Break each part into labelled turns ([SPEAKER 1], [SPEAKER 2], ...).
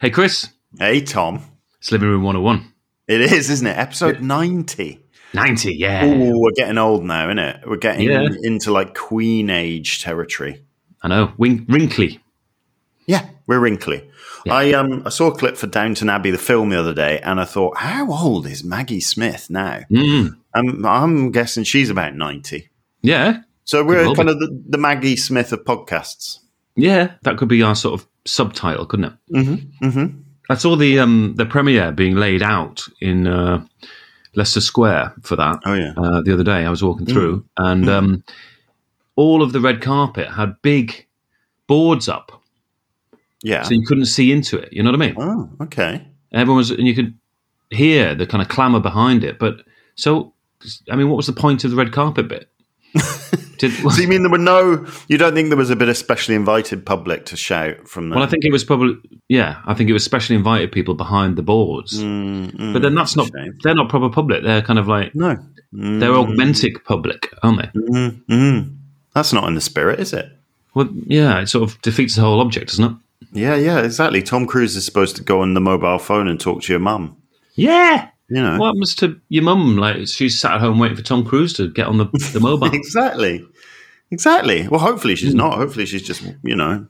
[SPEAKER 1] Hey, Chris.
[SPEAKER 2] Hey, Tom.
[SPEAKER 1] It's Living Room 101.
[SPEAKER 2] It is, isn't it? Episode 90.
[SPEAKER 1] 90, yeah.
[SPEAKER 2] Ooh, we're getting old now, isn't it? We're getting
[SPEAKER 1] Yeah.
[SPEAKER 2] into like queen age territory.
[SPEAKER 1] I know. Wink- wrinkly.
[SPEAKER 2] Yeah, we're wrinkly. I um I saw a clip for Downton Abbey the film the other day and I thought, how old is Maggie Smith now?
[SPEAKER 1] Mm.
[SPEAKER 2] Um, I'm guessing she's about 90.
[SPEAKER 1] Yeah.
[SPEAKER 2] So we're
[SPEAKER 1] well
[SPEAKER 2] kind of the, the Maggie Smith of podcasts.
[SPEAKER 1] Yeah. That could be our sort of subtitle, couldn't it?
[SPEAKER 2] Mm-hmm. Mm-hmm.
[SPEAKER 1] I saw the um, the premiere being laid out in uh, Leicester Square for that
[SPEAKER 2] Oh yeah.
[SPEAKER 1] uh, the other day. I was walking
[SPEAKER 2] Mm.
[SPEAKER 1] through, and um, all of the red carpet had big boards up,
[SPEAKER 2] Yeah.
[SPEAKER 1] so you couldn't see into it. You know what I mean?
[SPEAKER 2] oh, okay.
[SPEAKER 1] Everyone was, and you could hear the kind of clamour behind it. But so, I mean, what was the point of the red carpet bit? Did,
[SPEAKER 2] So you mean there were no? You don't think there was a bit of specially invited public to shout from the?
[SPEAKER 1] well, I think it was probably yeah. I think it was specially invited people behind the boards,
[SPEAKER 2] Mm, mm,
[SPEAKER 1] but then that's not
[SPEAKER 2] shame.
[SPEAKER 1] they're not proper public. They're kind of like
[SPEAKER 2] no.
[SPEAKER 1] they're augmented public, aren't they?
[SPEAKER 2] Mm, mm. That's not in the spirit, is it?
[SPEAKER 1] Well, yeah, it sort of defeats the whole object, doesn't it?
[SPEAKER 2] Yeah, yeah, exactly. Tom Cruise is supposed to go on the mobile phone and talk to your mum.
[SPEAKER 1] Yeah.
[SPEAKER 2] You know
[SPEAKER 1] What happens to your mum? Like she's sat at home waiting for Tom Cruise to get on the, the mobile.
[SPEAKER 2] exactly, exactly. Well, hopefully she's
[SPEAKER 1] Hmm.
[SPEAKER 2] not. Hopefully she's just you know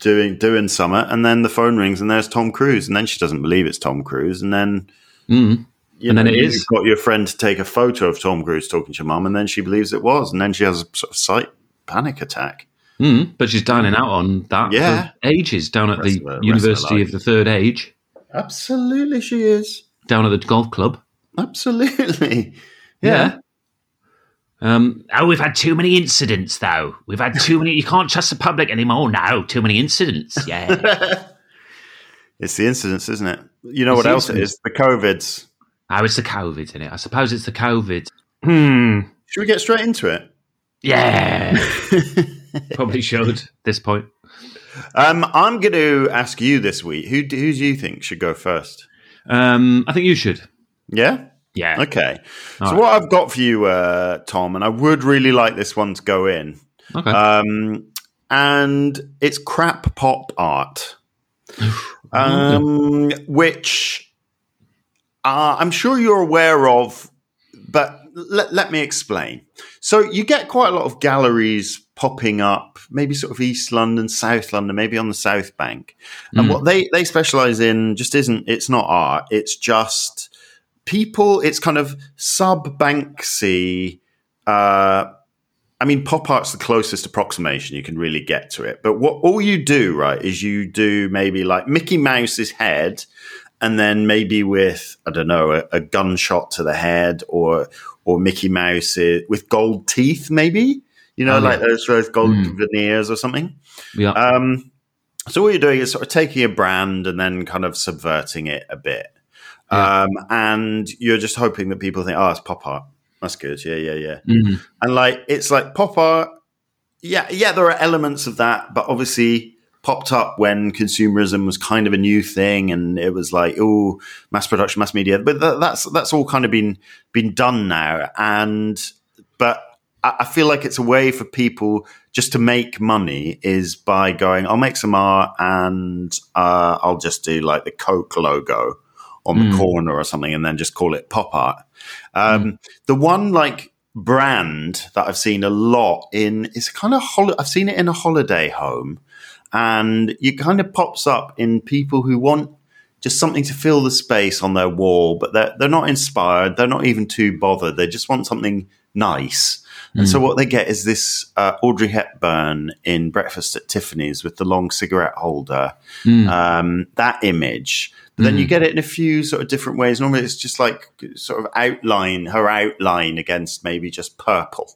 [SPEAKER 2] doing doing summer, and then the phone rings, and there's Tom Cruise, and then she doesn't believe it's Tom Cruise, and then.
[SPEAKER 1] Mm.
[SPEAKER 2] You
[SPEAKER 1] And then it
[SPEAKER 2] you've
[SPEAKER 1] is.
[SPEAKER 2] got your friend to take a photo of Tom Cruise talking to your mum, and then she believes it was, and then she has a sort of sight panic attack.
[SPEAKER 1] Mm. But she's dining out on that
[SPEAKER 2] Yeah.
[SPEAKER 1] for ages down at
[SPEAKER 2] Rest
[SPEAKER 1] the
[SPEAKER 2] of her- rest of her
[SPEAKER 1] University
[SPEAKER 2] life.
[SPEAKER 1] of the Third Age,
[SPEAKER 2] Absolutely, she is.
[SPEAKER 1] down at the golf club.
[SPEAKER 2] Absolutely.
[SPEAKER 1] Yeah. Um, oh, we've had too many incidents, though. We've had too many. You can't trust the public anymore now. Too many incidents. Yeah.
[SPEAKER 2] It's the incidents, isn't it? You know
[SPEAKER 1] It's
[SPEAKER 2] what
[SPEAKER 1] the
[SPEAKER 2] else it
[SPEAKER 1] incidents.
[SPEAKER 2] is? The COVIDs.
[SPEAKER 1] oh, it's the COVID in it. I suppose it's the COVID. Hmm.
[SPEAKER 2] Should we get straight into it?
[SPEAKER 1] Yeah. Probably should at this point.
[SPEAKER 2] Um, I'm going to ask you this week who, do- who do you think should go first?
[SPEAKER 1] Um, I think you should.
[SPEAKER 2] Yeah?
[SPEAKER 1] Yeah.
[SPEAKER 2] Okay. so,
[SPEAKER 1] All
[SPEAKER 2] what I've got for you, uh, Tom, and I would really like this one to go in,
[SPEAKER 1] Okay.
[SPEAKER 2] um, and it's crap pop art, um, which uh, I'm sure you're aware of, but let, let me explain. So you get quite a lot of galleries popping up, maybe sort of East London, South London, maybe on the South Bank, and
[SPEAKER 1] Mm.
[SPEAKER 2] what they they specialize in just isn't it's not art, it's just people. It's kind of sub Banksy. Uh, I mean, pop art's the closest approximation you can really get to it. But what all you do, right, is you do maybe like Mickey Mouse's head, and then maybe with I don't know a, a gunshot to the head, or or Mickey Mouse i- with gold teeth, maybe you know,
[SPEAKER 1] Oh, yeah.
[SPEAKER 2] like those those gold
[SPEAKER 1] Mm.
[SPEAKER 2] veneers or something.
[SPEAKER 1] yeah.
[SPEAKER 2] Um, so what you're doing is sort of taking a brand and then kind of subverting it a bit,
[SPEAKER 1] Yeah.
[SPEAKER 2] um, and you're just hoping that people think, oh, it's pop art. That's good. Yeah, yeah, yeah
[SPEAKER 1] Mhm.
[SPEAKER 2] and like it's like pop art yeah yeah there are elements of that but obviously popped up when consumerism was kind of a new thing and it was like oh mass production mass media but tha that's that's all kind of been been done now and but I, I feel like it's a way for people just to make money is by going i'll make some art and uh, i'll just do like the coke logo on the
[SPEAKER 1] Mm.
[SPEAKER 2] corner or something and then just call it pop art um, the one like brand that I've seen a lot in is kind of hol- I've seen it in a holiday home, and it kind of pops up in people who want just something to fill the space on their wall, but they're they're not inspired, they're not even too bothered, they just want something nice. And so what they get is this uh, Audrey Hepburn in Breakfast at Tiffany's with the long cigarette holder,
[SPEAKER 1] Mm.
[SPEAKER 2] um, that image. But then you get it in a few sort of different ways. Normally, it's just like sort of outline her outline against maybe just purple.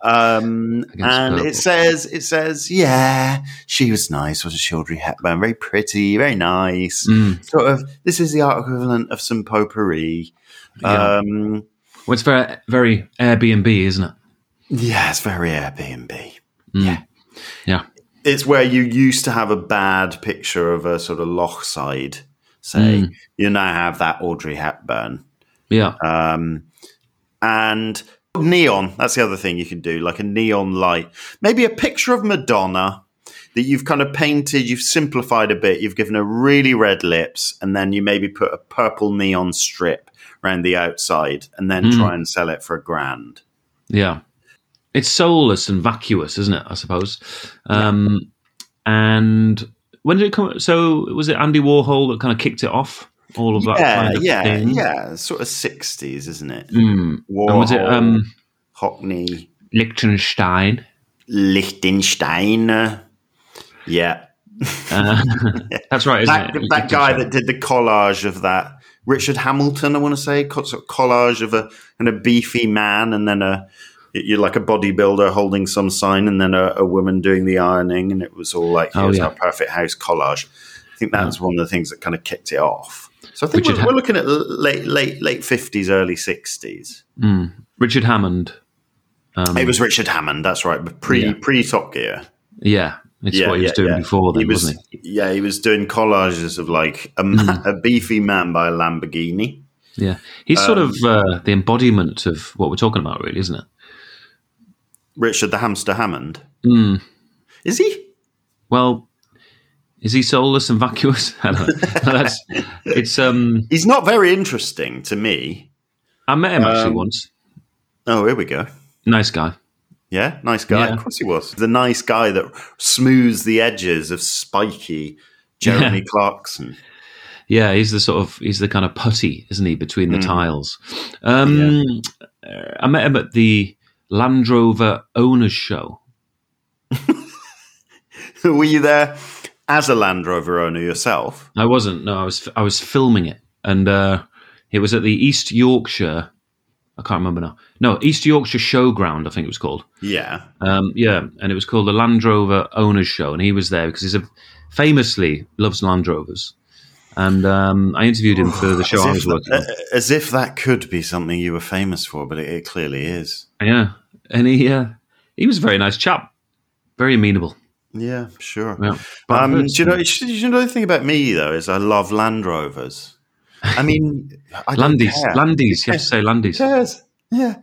[SPEAKER 2] Um,
[SPEAKER 1] Against
[SPEAKER 2] and
[SPEAKER 1] purple.
[SPEAKER 2] it says, it says, yeah, she was nice, wasn't she, Audrey Hepburn? Very pretty, very nice.
[SPEAKER 1] Mm.
[SPEAKER 2] Sort of, this is the art equivalent of some potpourri.
[SPEAKER 1] Yeah.
[SPEAKER 2] Um,
[SPEAKER 1] Well, it's very, very Airbnb, isn't it?
[SPEAKER 2] yeah, it's very Airbnb.
[SPEAKER 1] Mm. Yeah. Yeah.
[SPEAKER 2] it's where you used to have a bad picture of a sort of loch side say
[SPEAKER 1] Mm.
[SPEAKER 2] you now have that audrey hepburn
[SPEAKER 1] Yeah.
[SPEAKER 2] um, and neon that's the other thing you can do like a neon light maybe a picture of madonna that you've kind of painted, you've simplified a bit, you've given her really red lips, and then you maybe put a purple neon strip around the outside, and then
[SPEAKER 1] Mm.
[SPEAKER 2] try and sell it for a grand.
[SPEAKER 1] Yeah. It's soulless and vacuous, isn't it? I suppose. Um, and when did it come? So was it Andy Warhol that kind of kicked it off? All of that.
[SPEAKER 2] yeah,
[SPEAKER 1] kind of
[SPEAKER 2] yeah,
[SPEAKER 1] thing?
[SPEAKER 2] yeah. Sort of sixties, isn't it?
[SPEAKER 1] Mm.
[SPEAKER 2] Warhol,
[SPEAKER 1] And was it um,
[SPEAKER 2] Hockney,
[SPEAKER 1] Liechtenstein?
[SPEAKER 2] Lichtenstein? Yeah,
[SPEAKER 1] Uh, that's right, isn't
[SPEAKER 2] that,
[SPEAKER 1] it?
[SPEAKER 2] that guy that did the collage of that Richard Hamilton, I want to say, co- sort of collage of a and a beefy man, and then a you're like a bodybuilder holding some sign, and then a, a woman doing the ironing, and it was all like
[SPEAKER 1] Oh,
[SPEAKER 2] here's
[SPEAKER 1] yeah.
[SPEAKER 2] our perfect house collage. I think that was one of the things that kind of kicked it off. So I think
[SPEAKER 1] Richard
[SPEAKER 2] we're,
[SPEAKER 1] Ha-
[SPEAKER 2] we're looking at late late late fifties, early sixties.
[SPEAKER 1] Mm. Richard Hammond.
[SPEAKER 2] It was Richard Hammond, that's right, but pre
[SPEAKER 1] Um, Yeah.
[SPEAKER 2] pre Top Gear.
[SPEAKER 1] Yeah, it's
[SPEAKER 2] Yeah,
[SPEAKER 1] what he was
[SPEAKER 2] yeah,
[SPEAKER 1] doing
[SPEAKER 2] yeah.
[SPEAKER 1] before then,
[SPEAKER 2] He was,
[SPEAKER 1] was, not
[SPEAKER 2] yeah, he was doing collages of like a,
[SPEAKER 1] Hmm.
[SPEAKER 2] ma- a beefy man by a Lamborghini.
[SPEAKER 1] he? Yeah, he's sort of
[SPEAKER 2] um,
[SPEAKER 1] uh, the embodiment of what we're talking about, really, isn't it?
[SPEAKER 2] Richard the Hamster Hammond.
[SPEAKER 1] Hmm.
[SPEAKER 2] Is he?
[SPEAKER 1] Well, is he soulless and vacuous? I don't know. That's, it's um.
[SPEAKER 2] He's not very interesting to me.
[SPEAKER 1] I met him
[SPEAKER 2] Um,
[SPEAKER 1] actually once.
[SPEAKER 2] Oh, here we go.
[SPEAKER 1] Nice guy.
[SPEAKER 2] Yeah, nice guy.
[SPEAKER 1] Yeah.
[SPEAKER 2] Of course he was. The nice guy that smooths the edges of spiky Jeremy
[SPEAKER 1] Yeah.
[SPEAKER 2] Clarkson.
[SPEAKER 1] Yeah, he's the sort of he's the kind of putty, isn't he, between
[SPEAKER 2] Hmm.
[SPEAKER 1] the tiles? Um, uh, I met him at the Land Rover owners show.
[SPEAKER 2] Were you there as a Land Rover owner yourself?
[SPEAKER 1] I wasn't. No, I was. I was filming it, and uh, it was at the East Yorkshire. I can't remember now. No, East Yorkshire Showground, I think it was called.
[SPEAKER 2] Yeah.
[SPEAKER 1] Um, yeah, and it was called the Land Rover Owners Show, and he was there because he's a famously loves Land Rovers, and um, I interviewed him for the show I
[SPEAKER 2] as,
[SPEAKER 1] was
[SPEAKER 2] if,
[SPEAKER 1] working on.
[SPEAKER 2] uh, as if that could be something you were famous for, but it, it clearly is.
[SPEAKER 1] Yeah, and he uh, he was a very nice chap, very amenable.
[SPEAKER 2] Yeah, sure.
[SPEAKER 1] Yeah. But uh, I've
[SPEAKER 2] Um, do
[SPEAKER 1] heard
[SPEAKER 2] you know? do You know the thing about me though is I love Land Rovers. I mean, I don't
[SPEAKER 1] Landies,
[SPEAKER 2] care.
[SPEAKER 1] Landies, you have to say Landies.
[SPEAKER 2] Yes. Yeah.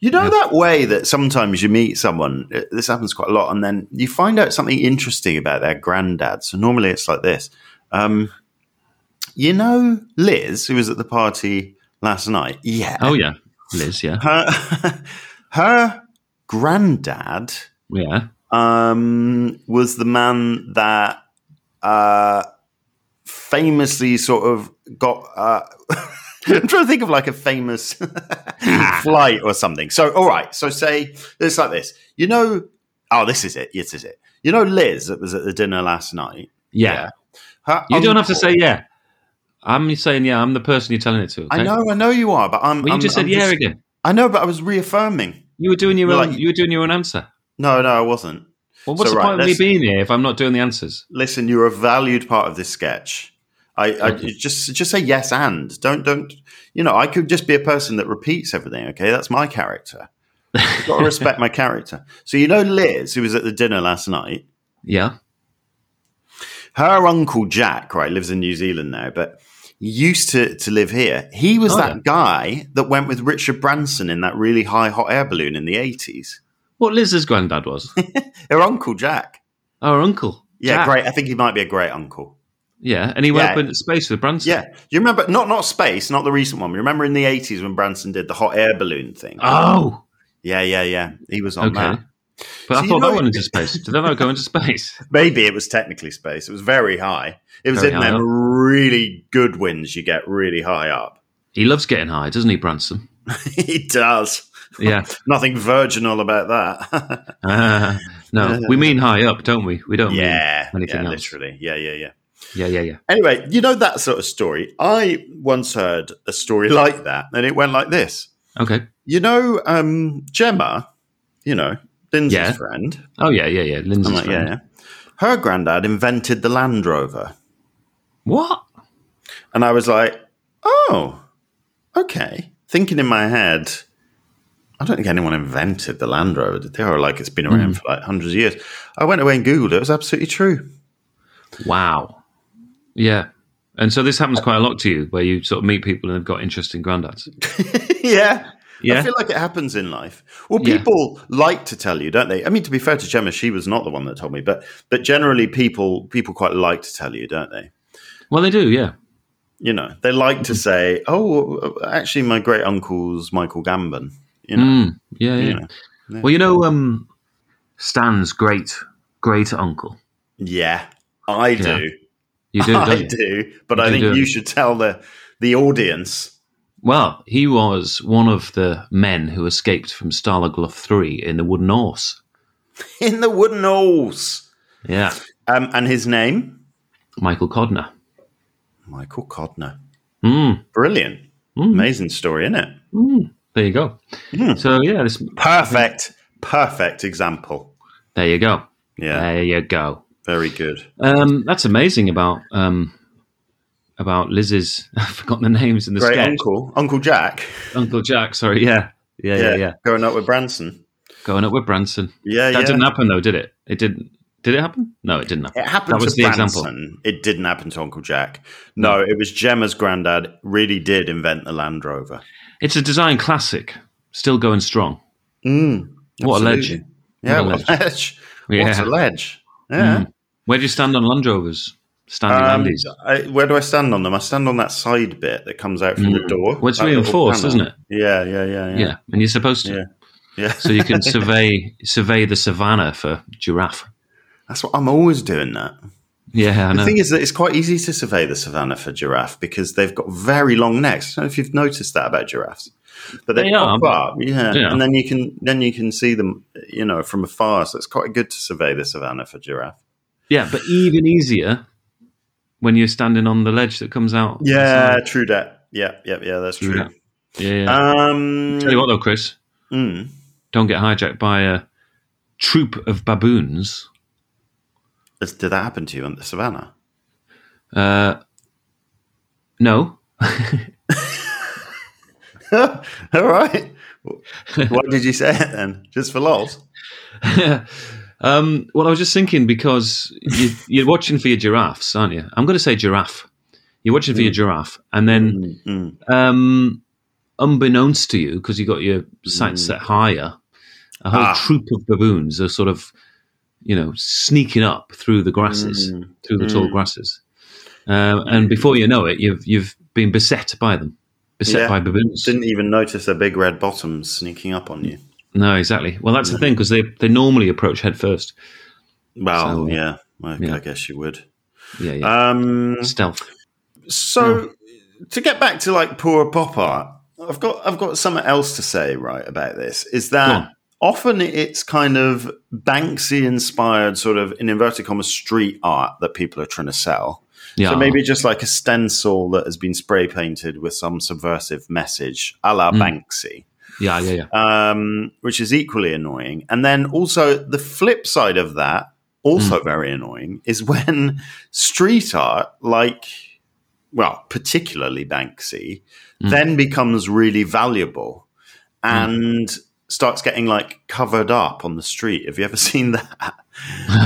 [SPEAKER 2] You know that way that sometimes you meet someone, uh, this happens quite a lot, and then you find out something interesting about their granddad. So normally it's like this. Um, you know, Liz, who was at the party last night? Yeah.
[SPEAKER 1] Oh yeah, Liz. Yeah,
[SPEAKER 2] Her, her granddad
[SPEAKER 1] yeah.
[SPEAKER 2] um, was the man that uh, famously sort of got. Uh, I'm trying to think of like a famous flight or something. So, all right. So, say it's like this. You know, oh, this is it. This is it. You know, Liz that was at the dinner last night.
[SPEAKER 1] Yeah.
[SPEAKER 2] Yeah. Um, Her
[SPEAKER 1] You don't have to
[SPEAKER 2] uncle-
[SPEAKER 1] say yeah. I'm saying yeah. I'm the person you're telling it to.
[SPEAKER 2] I
[SPEAKER 1] okay?
[SPEAKER 2] know, I know you are, but I'm.
[SPEAKER 1] Well, you
[SPEAKER 2] I'm-
[SPEAKER 1] just
[SPEAKER 2] I'm
[SPEAKER 1] said yeah again.
[SPEAKER 2] I know, but I was reaffirming.
[SPEAKER 1] You were doing your
[SPEAKER 2] You're
[SPEAKER 1] own.
[SPEAKER 2] like-
[SPEAKER 1] you were doing your own answer.
[SPEAKER 2] No, no, I wasn't.
[SPEAKER 1] Well, what's
[SPEAKER 2] So,
[SPEAKER 1] the
[SPEAKER 2] right,
[SPEAKER 1] point of me
[SPEAKER 2] let's-
[SPEAKER 1] being here if I'm not doing the answers?
[SPEAKER 2] listen, you're a valued part of this sketch. I, I
[SPEAKER 1] Okay.
[SPEAKER 2] just just say yes and don't don't you know I could just be a person that repeats everything. Okay, that's my character. You've got to respect my character. So you know Liz, who was at the dinner last night.
[SPEAKER 1] Yeah.
[SPEAKER 2] Her uncle Jack, right, lives in New Zealand now, but used to to live here. He was
[SPEAKER 1] Oh,
[SPEAKER 2] that
[SPEAKER 1] yeah.
[SPEAKER 2] guy that went with Richard Branson in that really high hot air balloon in the eighties.
[SPEAKER 1] What Liz's granddad was.
[SPEAKER 2] Her uncle Jack.
[SPEAKER 1] Our uncle.
[SPEAKER 2] Yeah,
[SPEAKER 1] Jack.
[SPEAKER 2] great. I think he might be a great uncle.
[SPEAKER 1] Yeah, and he went
[SPEAKER 2] Yeah.
[SPEAKER 1] up into space with Branson.
[SPEAKER 2] Yeah, you remember not not space, not the recent one. You remember in the eighties when Branson did the hot air balloon thing?
[SPEAKER 1] Oh,
[SPEAKER 2] yeah, yeah, yeah. He was on
[SPEAKER 1] okay.
[SPEAKER 2] that.
[SPEAKER 1] But
[SPEAKER 2] Oh, So
[SPEAKER 1] I
[SPEAKER 2] you
[SPEAKER 1] thought
[SPEAKER 2] know
[SPEAKER 1] that went
[SPEAKER 2] it-
[SPEAKER 1] into space. Did that not go into space?
[SPEAKER 2] Maybe it was technically space. It was very high. It was
[SPEAKER 1] Very
[SPEAKER 2] in
[SPEAKER 1] high
[SPEAKER 2] them
[SPEAKER 1] up.
[SPEAKER 2] really good winds you get really high up.
[SPEAKER 1] He loves getting high, doesn't he, Branson?
[SPEAKER 2] he does.
[SPEAKER 1] Yeah.
[SPEAKER 2] Nothing virginal about that.
[SPEAKER 1] Uh, no, we mean high up, don't we? We don't
[SPEAKER 2] yeah,
[SPEAKER 1] mean anything
[SPEAKER 2] yeah,
[SPEAKER 1] else.
[SPEAKER 2] literally. Yeah, yeah, yeah.
[SPEAKER 1] Yeah, yeah, yeah.
[SPEAKER 2] Anyway, you know that sort of story. I once heard a story like that, and it went like this.
[SPEAKER 1] Okay.
[SPEAKER 2] You know, um, Gemma, you know, Lindsay's
[SPEAKER 1] Yeah.
[SPEAKER 2] friend.
[SPEAKER 1] Oh yeah, yeah, yeah. Lindsay's
[SPEAKER 2] I'm like,
[SPEAKER 1] friend.
[SPEAKER 2] yeah, yeah. Her granddad invented the Land Rover.
[SPEAKER 1] What?
[SPEAKER 2] And I was like, oh, okay. Thinking in my head, I don't think anyone invented the Land Rover, did they? Or like it's been
[SPEAKER 1] Hmm.
[SPEAKER 2] around for like hundreds of years. I went away and Googled it. It was absolutely true.
[SPEAKER 1] Wow. Yeah. And so this happens quite a lot to you, where you sort of meet people and they've got interesting granddads.
[SPEAKER 2] yeah. I
[SPEAKER 1] Yeah.
[SPEAKER 2] feel like it happens in life. Well,
[SPEAKER 1] Yeah.
[SPEAKER 2] people like to tell you, don't they? I mean, to be fair to Gemma, she was not the one that told me, but but generally, people people quite like to tell you, don't they?
[SPEAKER 1] Well, they do. Yeah.
[SPEAKER 2] You know, they like to say, "Oh, actually, my great uncle's Michael Gambon." You know,
[SPEAKER 1] Mm. Yeah. Yeah.
[SPEAKER 2] you know.
[SPEAKER 1] Well, you know, um, Stan's great, great uncle.
[SPEAKER 2] yeah, I
[SPEAKER 1] Yeah.
[SPEAKER 2] do,
[SPEAKER 1] You do,
[SPEAKER 2] Oh, I
[SPEAKER 1] don't you?
[SPEAKER 2] do, but I
[SPEAKER 1] You
[SPEAKER 2] think
[SPEAKER 1] do.
[SPEAKER 2] you should tell the the audience.
[SPEAKER 1] Well, he was one of the men who escaped from Starla Gluff 3 in the Wooden Horse.
[SPEAKER 2] in the wooden halls.
[SPEAKER 1] Yeah.
[SPEAKER 2] Um, and his name?
[SPEAKER 1] Michael Codner.
[SPEAKER 2] Michael Codner.
[SPEAKER 1] Mm.
[SPEAKER 2] Brilliant. Amazing story, isn't it?
[SPEAKER 1] There you go.
[SPEAKER 2] Hmm.
[SPEAKER 1] So, yeah, this,
[SPEAKER 2] Perfect, perfect example.
[SPEAKER 1] there you go.
[SPEAKER 2] Yeah,
[SPEAKER 1] There you go.
[SPEAKER 2] very good.
[SPEAKER 1] Um, that's amazing about um, about Liz's. I've forgotten the names in the
[SPEAKER 2] Great
[SPEAKER 1] sketch.
[SPEAKER 2] uncle, Uncle Jack.
[SPEAKER 1] Uncle Jack, sorry. Yeah. Yeah, yeah, yeah.
[SPEAKER 2] Going up with Branson.
[SPEAKER 1] Going up with Branson.
[SPEAKER 2] Yeah,
[SPEAKER 1] That
[SPEAKER 2] yeah.
[SPEAKER 1] didn't happen, though, did it? It didn't. Did it happen? No, it didn't happen.
[SPEAKER 2] It happened
[SPEAKER 1] That was
[SPEAKER 2] to
[SPEAKER 1] the
[SPEAKER 2] Branson.
[SPEAKER 1] example. Hmm.
[SPEAKER 2] It didn't happen to Uncle Jack. No, it was Gemma's granddad. Really did invent the Land Rover.
[SPEAKER 1] It's a design classic, still going strong.
[SPEAKER 2] Mm,
[SPEAKER 1] What a
[SPEAKER 2] absolutely.
[SPEAKER 1] legend.
[SPEAKER 2] Yeah,
[SPEAKER 1] What a
[SPEAKER 2] what a ledge. What
[SPEAKER 1] Yeah. Hmm.
[SPEAKER 2] a ledge. Yeah.
[SPEAKER 1] Where do you stand on Land Rovers? Standing
[SPEAKER 2] Um,
[SPEAKER 1] Landys.
[SPEAKER 2] I, where do I stand on them? I stand on that side bit that comes out from the door.
[SPEAKER 1] Hmm. Well, it's
[SPEAKER 2] That little
[SPEAKER 1] reinforced,
[SPEAKER 2] panel.
[SPEAKER 1] isn't it?
[SPEAKER 2] Yeah, yeah, yeah,
[SPEAKER 1] Yeah.
[SPEAKER 2] yeah.
[SPEAKER 1] and you're supposed to.
[SPEAKER 2] Yeah. yeah.
[SPEAKER 1] So you can survey survey the savannah for giraffe.
[SPEAKER 2] That's what I'm always doing. That
[SPEAKER 1] Yeah, I
[SPEAKER 2] the
[SPEAKER 1] know.
[SPEAKER 2] thing is that it's quite easy to survey the savannah for giraffe because they've got very long necks. I don't know if you've noticed that about giraffes, but they,
[SPEAKER 1] They are,
[SPEAKER 2] pop up, yeah.
[SPEAKER 1] yeah.
[SPEAKER 2] and then you can then you can see them, you know, from afar. So it's quite good to survey the savannah for giraffe.
[SPEAKER 1] yeah, but even easier when you're standing on the ledge that comes out.
[SPEAKER 2] Yeah, true that. Yeah, yeah, yeah. That's
[SPEAKER 1] True
[SPEAKER 2] true.
[SPEAKER 1] dat. Yeah. yeah.
[SPEAKER 2] Um,
[SPEAKER 1] Tell you what, though, Chris,
[SPEAKER 2] mm.
[SPEAKER 1] don't get hijacked by a troop of baboons.
[SPEAKER 2] Does- did that happen to you on the savannah?
[SPEAKER 1] Uh, no,
[SPEAKER 2] All right. Why did you say it then? Just for lols?
[SPEAKER 1] Um, well, I was just thinking because you, you're watching for your giraffes, aren't you? I'm going to say giraffe. You're watching for your giraffe, and then,
[SPEAKER 2] Mm.
[SPEAKER 1] um, unbeknownst to you, because you got your sights set higher, a whole
[SPEAKER 2] Mm. Ah.
[SPEAKER 1] troop of baboons are sort of, you know, sneaking up through the grasses,
[SPEAKER 2] Mm.
[SPEAKER 1] through the tall grasses, um, and before you know it, you've you've been beset by them, beset
[SPEAKER 2] Yeah.
[SPEAKER 1] by baboons.
[SPEAKER 2] Didn't even notice their big red bottoms sneaking up on you.
[SPEAKER 1] no, exactly. Well, that's the
[SPEAKER 2] Mm.
[SPEAKER 1] thing because they they normally approach head first.
[SPEAKER 2] Well,
[SPEAKER 1] So,
[SPEAKER 2] yeah, I,
[SPEAKER 1] yeah.
[SPEAKER 2] I guess you would.
[SPEAKER 1] Yeah, yeah.
[SPEAKER 2] Um,
[SPEAKER 1] Stealth.
[SPEAKER 2] so
[SPEAKER 1] Hmm.
[SPEAKER 2] to get back to like poor pop art, I've got I've got something else to say right about this. Is
[SPEAKER 1] Go
[SPEAKER 2] that
[SPEAKER 1] on.
[SPEAKER 2] often it's kind of Banksy inspired sort of in inverted commas street art that people are trying to sell.
[SPEAKER 1] Yeah.
[SPEAKER 2] So maybe just like a stencil that has been spray painted with some subversive message, a la
[SPEAKER 1] Hmm.
[SPEAKER 2] Banksy,
[SPEAKER 1] Yeah, yeah, yeah.
[SPEAKER 2] um, which is equally annoying. And then also the flip side of that, also very annoying, is when street art, like, well, particularly Banksy, then becomes really valuable and starts getting like covered up on the street. Have you ever seen that?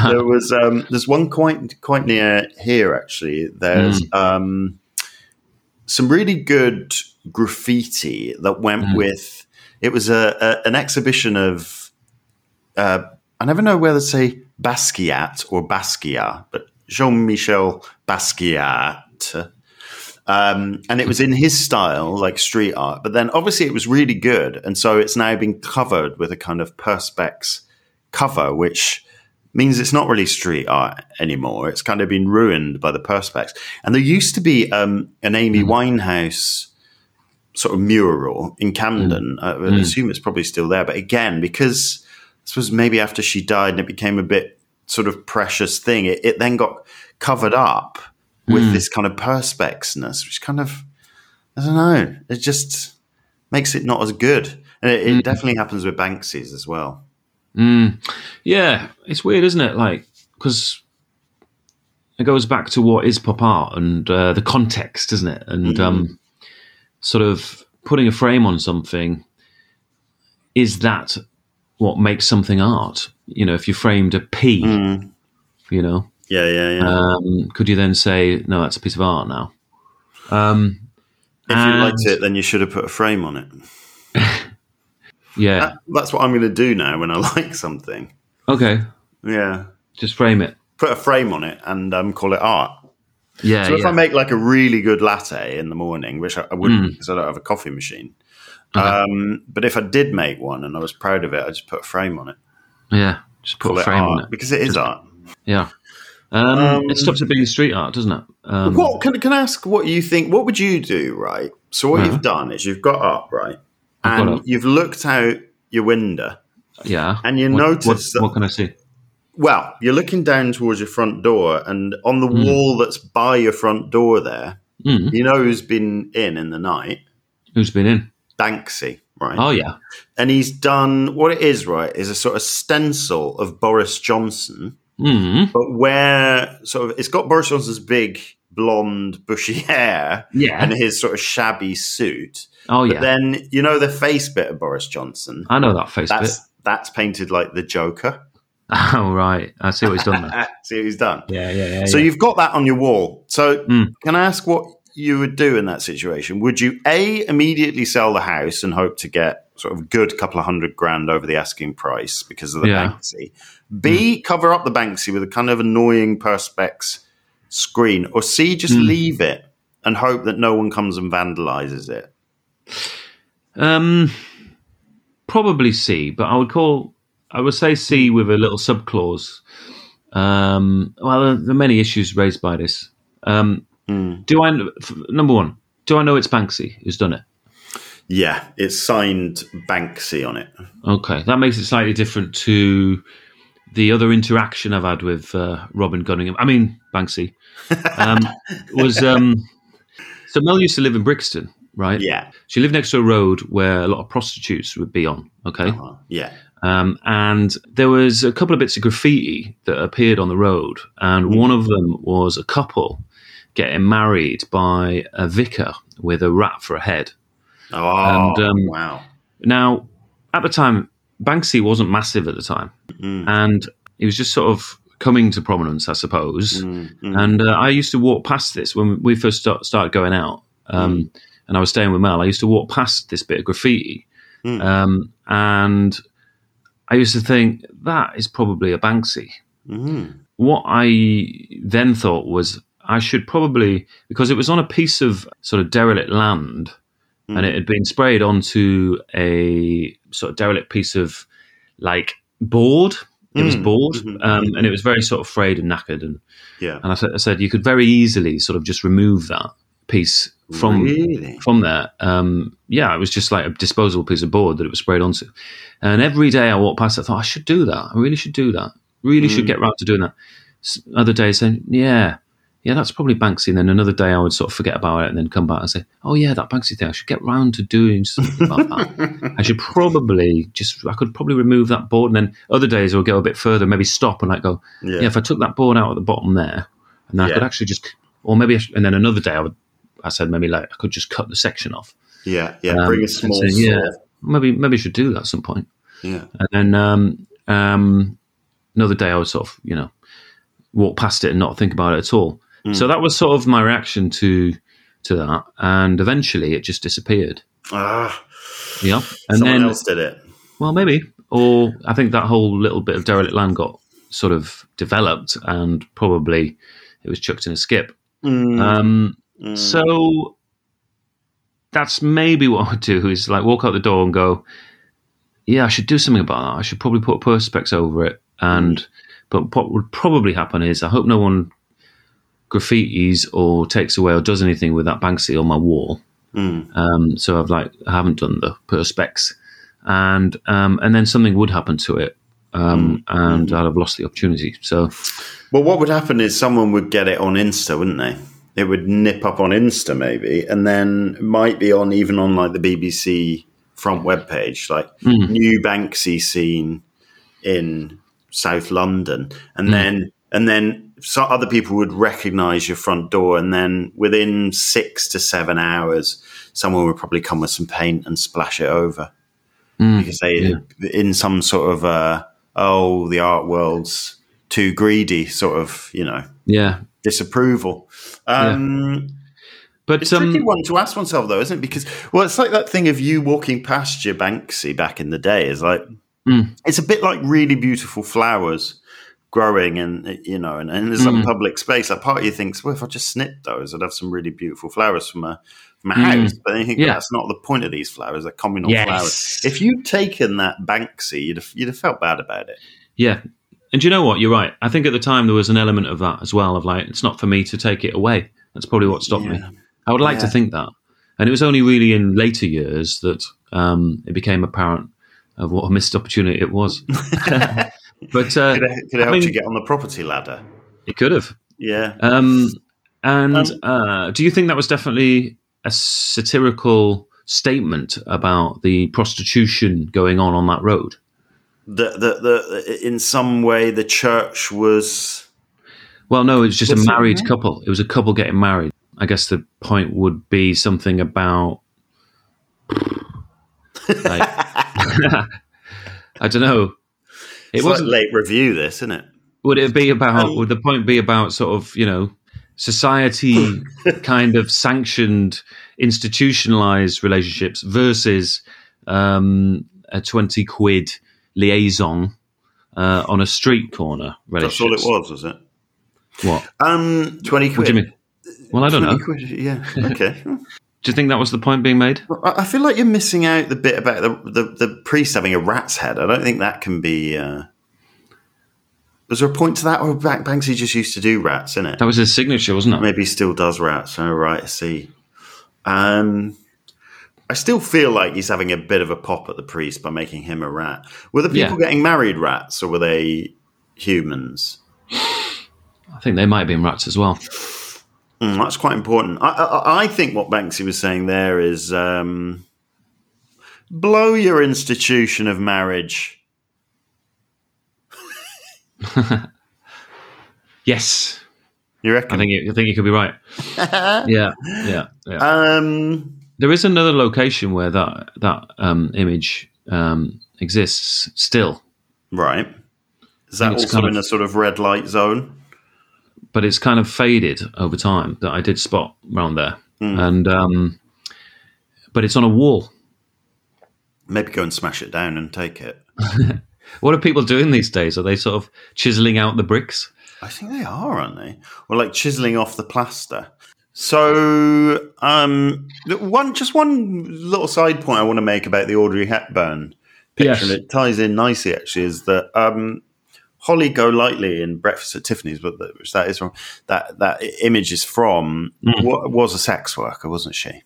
[SPEAKER 2] there was um, there's one quite quite near here actually. There's um, some really good graffiti that went with. It was a, a an exhibition of. Uh, I never know whether to say Basquiat or Basquiat, but Jean Michel Basquiat um, and it was in his style, like street art. But then obviously it was really good, and so it's now been covered with a kind of perspex cover, which means it's not really street art anymore. It's kind of been ruined by the perspex. And there used to be um, an Amy Winehouse sort of mural in Camden. I would assume it's probably still there, but again, because this was maybe after she died and it became a bit sort of precious thing, it, it then got covered up with this kind of perspexness, which kind of I don't know, it just makes it not as good. And it, it definitely happens with Banksy's as well.
[SPEAKER 1] Yeah, it's weird, isn't it? Like, because it goes back to what is pop art and uh, the context, isn't it?
[SPEAKER 2] Mm-hmm.
[SPEAKER 1] And um, sort of putting a frame on something is that what makes something art? You know, if you framed a pea,
[SPEAKER 2] Mm-hmm.
[SPEAKER 1] you know,
[SPEAKER 2] Yeah, yeah, yeah.
[SPEAKER 1] um, could you then say, no, that's a piece of art now?
[SPEAKER 2] if you liked
[SPEAKER 1] and-
[SPEAKER 2] it, then you should have put a frame on it.
[SPEAKER 1] Yeah.
[SPEAKER 2] That- that's what I'm going to do now when I like something.
[SPEAKER 1] okay.
[SPEAKER 2] Yeah.
[SPEAKER 1] Just frame it.
[SPEAKER 2] Put a frame on it and um, call it art.
[SPEAKER 1] Yeah.
[SPEAKER 2] So if
[SPEAKER 1] yeah.
[SPEAKER 2] I make like a really good latte in the morning, which I, I wouldn't
[SPEAKER 1] Mm.
[SPEAKER 2] because I don't have a coffee machine. Um, but if I did make one and I was proud of it, I just put a frame on it.
[SPEAKER 1] yeah. Just put
[SPEAKER 2] Call
[SPEAKER 1] a
[SPEAKER 2] it
[SPEAKER 1] frame
[SPEAKER 2] art
[SPEAKER 1] on it.
[SPEAKER 2] because it is art.
[SPEAKER 1] Yeah. Um,
[SPEAKER 2] Um,
[SPEAKER 1] it stops it being street art, doesn't it? Um,
[SPEAKER 2] What can can I ask? What you think? What would you do? Right. So what
[SPEAKER 1] Yeah.
[SPEAKER 2] you've done is you've got up right,
[SPEAKER 1] Mm-hmm. I've
[SPEAKER 2] and
[SPEAKER 1] got up.
[SPEAKER 2] you've looked out your window,
[SPEAKER 1] Yeah.
[SPEAKER 2] and you
[SPEAKER 1] What-
[SPEAKER 2] notice
[SPEAKER 1] what,
[SPEAKER 2] that.
[SPEAKER 1] what can I see?
[SPEAKER 2] Well, you're looking down towards your front door, and on the wall that's by your front door, there,
[SPEAKER 1] Mm.
[SPEAKER 2] you know who's been in in the night,
[SPEAKER 1] Who's been in?
[SPEAKER 2] Banksy, right?
[SPEAKER 1] Oh yeah.
[SPEAKER 2] And he's done what it is, right? Is a sort of stencil of Boris Johnson,
[SPEAKER 1] Mm.
[SPEAKER 2] but where sort of it's got Boris Johnson's big blonde bushy hair and
[SPEAKER 1] Yeah.
[SPEAKER 2] his sort of shabby suit.
[SPEAKER 1] Oh
[SPEAKER 2] But
[SPEAKER 1] yeah.
[SPEAKER 2] then you know the face bit of Boris Johnson.
[SPEAKER 1] I know that face
[SPEAKER 2] That's
[SPEAKER 1] bit.
[SPEAKER 2] that's painted like the Joker.
[SPEAKER 1] Oh right. I see what he's done there.
[SPEAKER 2] Ah, See what he's done.
[SPEAKER 1] yeah. Yeah. Yeah.
[SPEAKER 2] So
[SPEAKER 1] yeah.
[SPEAKER 2] you've got that on your wall. So
[SPEAKER 1] Mm.
[SPEAKER 2] can I ask what you would do in that situation? Would you a immediately sell the house and hope to get sort of good couple of hundred grand over the asking price because of the
[SPEAKER 1] Yeah. Mm.
[SPEAKER 2] Banksy? B cover up the Banksy with a kind of annoying perspex screen, or C just
[SPEAKER 1] Mm.
[SPEAKER 2] leave it and hope that no one comes and vandalizes it.
[SPEAKER 1] Um, probably C, but I would call. I would say C with a little subclause. Um, well, there, there are many issues raised by this. Um,
[SPEAKER 2] Hmm.
[SPEAKER 1] Do I f- number one? Do I know it's Banksy who's done it?
[SPEAKER 2] Yeah, it's signed Banksy on it.
[SPEAKER 1] Okay, that makes it slightly different to the other interaction I've had with uh, Robin Gunningham. I mean Banksy um, was. Um, so Mel used to live in Brixton, right?
[SPEAKER 2] Yeah,
[SPEAKER 1] She lived next to a road where a lot of prostitutes would be on. Okay.
[SPEAKER 2] Uh, yeah.
[SPEAKER 1] Um, and there was a couple of bits of graffiti that appeared on the road, and one of them was a couple getting married by a vicar with a rat for a head.
[SPEAKER 2] Oh,
[SPEAKER 1] And, um,
[SPEAKER 2] wow.
[SPEAKER 1] Now, at the time, Banksy wasn't massive at the time, and he was just sort of coming to prominence, I suppose.
[SPEAKER 2] Mm,
[SPEAKER 1] And uh, I used to walk past this when we first start, started going out, um, and I was staying with Mel. I used to walk past this bit of graffiti, um, and I used to think that is probably a Banksy.
[SPEAKER 2] mm-hmm.
[SPEAKER 1] What I then thought was I should probably because it was on a piece of sort of derelict land and it had been sprayed onto a sort of derelict piece of like board. It was
[SPEAKER 2] Mm,
[SPEAKER 1] board,
[SPEAKER 2] mhm,
[SPEAKER 1] um, and it was very sort of frayed and knackered. And,
[SPEAKER 2] Yeah.
[SPEAKER 1] and I, said, I said you could very easily sort of just remove that piece from
[SPEAKER 2] Really?
[SPEAKER 1] from there. Um, yeah, it was just like a disposable piece of board that it was sprayed onto. And every day I walked past, it, I thought I should do that. I really should do that. Really should get round to doing that. S- Other days saying, yeah, yeah, that's probably Banksy. And then another day I would sort of forget about it and then come back and say, oh yeah, that Banksy thing. I should get round to doing something about that. I should probably just, I could probably remove that board. And then other days I'll go a bit further, maybe stop and like go, yeah,
[SPEAKER 2] Yeah.
[SPEAKER 1] if I took that board out at the bottom there, and then I
[SPEAKER 2] Yeah.
[SPEAKER 1] could actually just, or maybe, I sh- and then another day I would, I said maybe like I could just cut the section off.
[SPEAKER 2] Yeah, yeah.
[SPEAKER 1] Um,
[SPEAKER 2] Bring a
[SPEAKER 1] and
[SPEAKER 2] small
[SPEAKER 1] say,
[SPEAKER 2] yeah.
[SPEAKER 1] yeah, maybe maybe I should do that at some point.
[SPEAKER 2] Yeah.
[SPEAKER 1] And then um, um, another day I would sort of you know walk past it and not think about it at all.
[SPEAKER 2] Hmm.
[SPEAKER 1] So that was sort of my reaction to to that, and eventually it just disappeared.
[SPEAKER 2] Ah,
[SPEAKER 1] Yeah, and
[SPEAKER 2] someone
[SPEAKER 1] then
[SPEAKER 2] else did it.
[SPEAKER 1] well maybe, or I think that whole little bit of derelict land got sort of developed, and probably it was chucked in a skip.
[SPEAKER 2] Hmm. Mm.
[SPEAKER 1] Um, So that's maybe what I would do is like walk out the door and go, yeah, I should do something about that. I should probably put perspex over it. And
[SPEAKER 2] Mm.
[SPEAKER 1] but what would probably happen is I hope no one graffitis or takes away or does anything with that Banksy on my wall.
[SPEAKER 2] Mm.
[SPEAKER 1] Um, so I've like I haven't done the perspex, and um, and then something would happen to it, um,
[SPEAKER 2] Mm.
[SPEAKER 1] and I'd have lost the opportunity. So
[SPEAKER 2] Well, what would happen is someone would get it on Insta, wouldn't they? It would nip up on Insta maybe, and then it might be on even on like the BBC front webpage, like
[SPEAKER 1] Hmm.
[SPEAKER 2] new Banksy scene in South London,
[SPEAKER 1] Hmm.
[SPEAKER 2] and then and then so other people would recognise your front door, and then within six to seven hours, someone would probably come with some paint and splash it over because they in some sort of uh, oh the art world's too greedy sort of you know
[SPEAKER 1] yeah,
[SPEAKER 2] disapproval. Um,
[SPEAKER 1] But
[SPEAKER 2] It's a
[SPEAKER 1] um,
[SPEAKER 2] tricky one to ask oneself, though, isn't it? Because well, it's like that thing of you walking past your Banksy back in the day. Is like
[SPEAKER 1] Mm.
[SPEAKER 2] it's a bit like really beautiful flowers growing, and you know, and, and there's
[SPEAKER 1] Hmm.
[SPEAKER 2] some public space. Like part of you thinks, well, if I just snipped those, I'd have some really beautiful flowers from a from a house. But then you think
[SPEAKER 1] Hmm. Yeah.
[SPEAKER 2] that's not the point of these flowers; they're communal
[SPEAKER 1] Yes.
[SPEAKER 2] flowers. If you'd taken that Banksy, you'd have, you'd have felt bad about it.
[SPEAKER 1] Yeah. And do you know what? You're right. I think at the time there was an element of that as well of like, it's not for me to take it away. That's probably what stopped me.
[SPEAKER 2] Yeah.
[SPEAKER 1] I would like to
[SPEAKER 2] Yeah.
[SPEAKER 1] think that. And it was only really in later years that um, it became apparent of what a missed opportunity it was. but uh,
[SPEAKER 2] Could it, could it
[SPEAKER 1] I
[SPEAKER 2] help
[SPEAKER 1] mean-
[SPEAKER 2] you get on the property ladder?
[SPEAKER 1] it could have.
[SPEAKER 2] Yeah.
[SPEAKER 1] Um, and
[SPEAKER 2] Um,
[SPEAKER 1] uh, do you think that was definitely a satirical statement about the prostitution going on on that road?
[SPEAKER 2] The, the, the, in some way, the church was
[SPEAKER 1] Well, no, it was just
[SPEAKER 2] Was
[SPEAKER 1] a
[SPEAKER 2] it
[SPEAKER 1] married
[SPEAKER 2] married?
[SPEAKER 1] couple. It was a couple getting married. I guess the point would be something about. like- I don't know. It
[SPEAKER 2] It's
[SPEAKER 1] wasn't.
[SPEAKER 2] like late review, this, isn't it?
[SPEAKER 1] would it be about?
[SPEAKER 2] Um,
[SPEAKER 1] would the point be about sort of you know society kind of sanctioned institutionalized relationships versus um, a twenty quid liaison uh, on a street corner
[SPEAKER 2] That's all
[SPEAKER 1] relationship?
[SPEAKER 2] it was, was it?
[SPEAKER 1] What?
[SPEAKER 2] Um, twenty quid.
[SPEAKER 1] What do you mean? Well, I don't know.
[SPEAKER 2] Twenty quid. Yeah. Okay.
[SPEAKER 1] Do you think that was the point being made?
[SPEAKER 2] Well, I I feel like you're missing out the bit about the, the the priest having a rat's head. I don't think that can be. Uh... Was there a point to that, or Bank Banksy just used to do rats, innit?
[SPEAKER 1] That was his signature, wasn't it?
[SPEAKER 2] Maybe he still does rats. All right, I see. Um, I still feel like he's having a bit of a pop at the priest by making him a rat. Were the people
[SPEAKER 1] Yeah.
[SPEAKER 2] getting married rats, or were they humans?
[SPEAKER 1] I think they might have been rats as well.
[SPEAKER 2] Mm, that's quite important. I, I, I think what Banksy was saying there is um, blow your institution of marriage.
[SPEAKER 1] Yes,
[SPEAKER 2] You
[SPEAKER 1] I
[SPEAKER 2] reckon?
[SPEAKER 1] think you, I think you could be right. yeah, yeah, yeah.
[SPEAKER 2] um,
[SPEAKER 1] there is another location where that that um, image um, exists still,
[SPEAKER 2] right. Is that
[SPEAKER 1] think it's
[SPEAKER 2] also
[SPEAKER 1] kind of-
[SPEAKER 2] in a sort of red light zone?
[SPEAKER 1] but it's kind of faded over time. That I did spot around there,
[SPEAKER 2] Hmm.
[SPEAKER 1] and um, but it's on a wall.
[SPEAKER 2] Maybe go and smash it down and take it.
[SPEAKER 1] What are people doing these days? Are they sort of chiseling out the bricks?
[SPEAKER 2] I think they are, aren't they? Or like chiseling off the plaster. So, um, one just one little side point I want to make about the Audrey Hepburn picture,
[SPEAKER 1] Yes.
[SPEAKER 2] and it ties in nicely actually, is that um, Holly Golightly in Breakfast at Tiffany's, but that- which that is from that that i- image is from, wa- was a sex worker, wasn't she?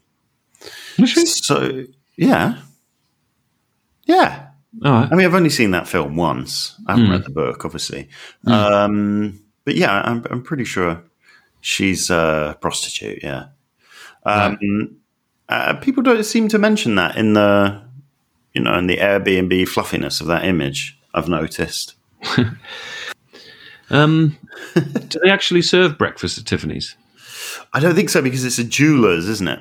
[SPEAKER 2] So, yeah, yeah.
[SPEAKER 1] All right.
[SPEAKER 2] I mean, I've only seen that film once. I haven't
[SPEAKER 1] Hmm.
[SPEAKER 2] read the book, obviously. Um, but yeah, I'm, I'm pretty sure she's a prostitute. Yeah. Um, uh, people don't seem to mention that in the, you know, in the Airbnb fluffiness of that image. I've noticed.
[SPEAKER 1] Um, do they actually serve breakfast at Tiffany's?
[SPEAKER 2] I don't think so because it's a jeweler's, isn't it?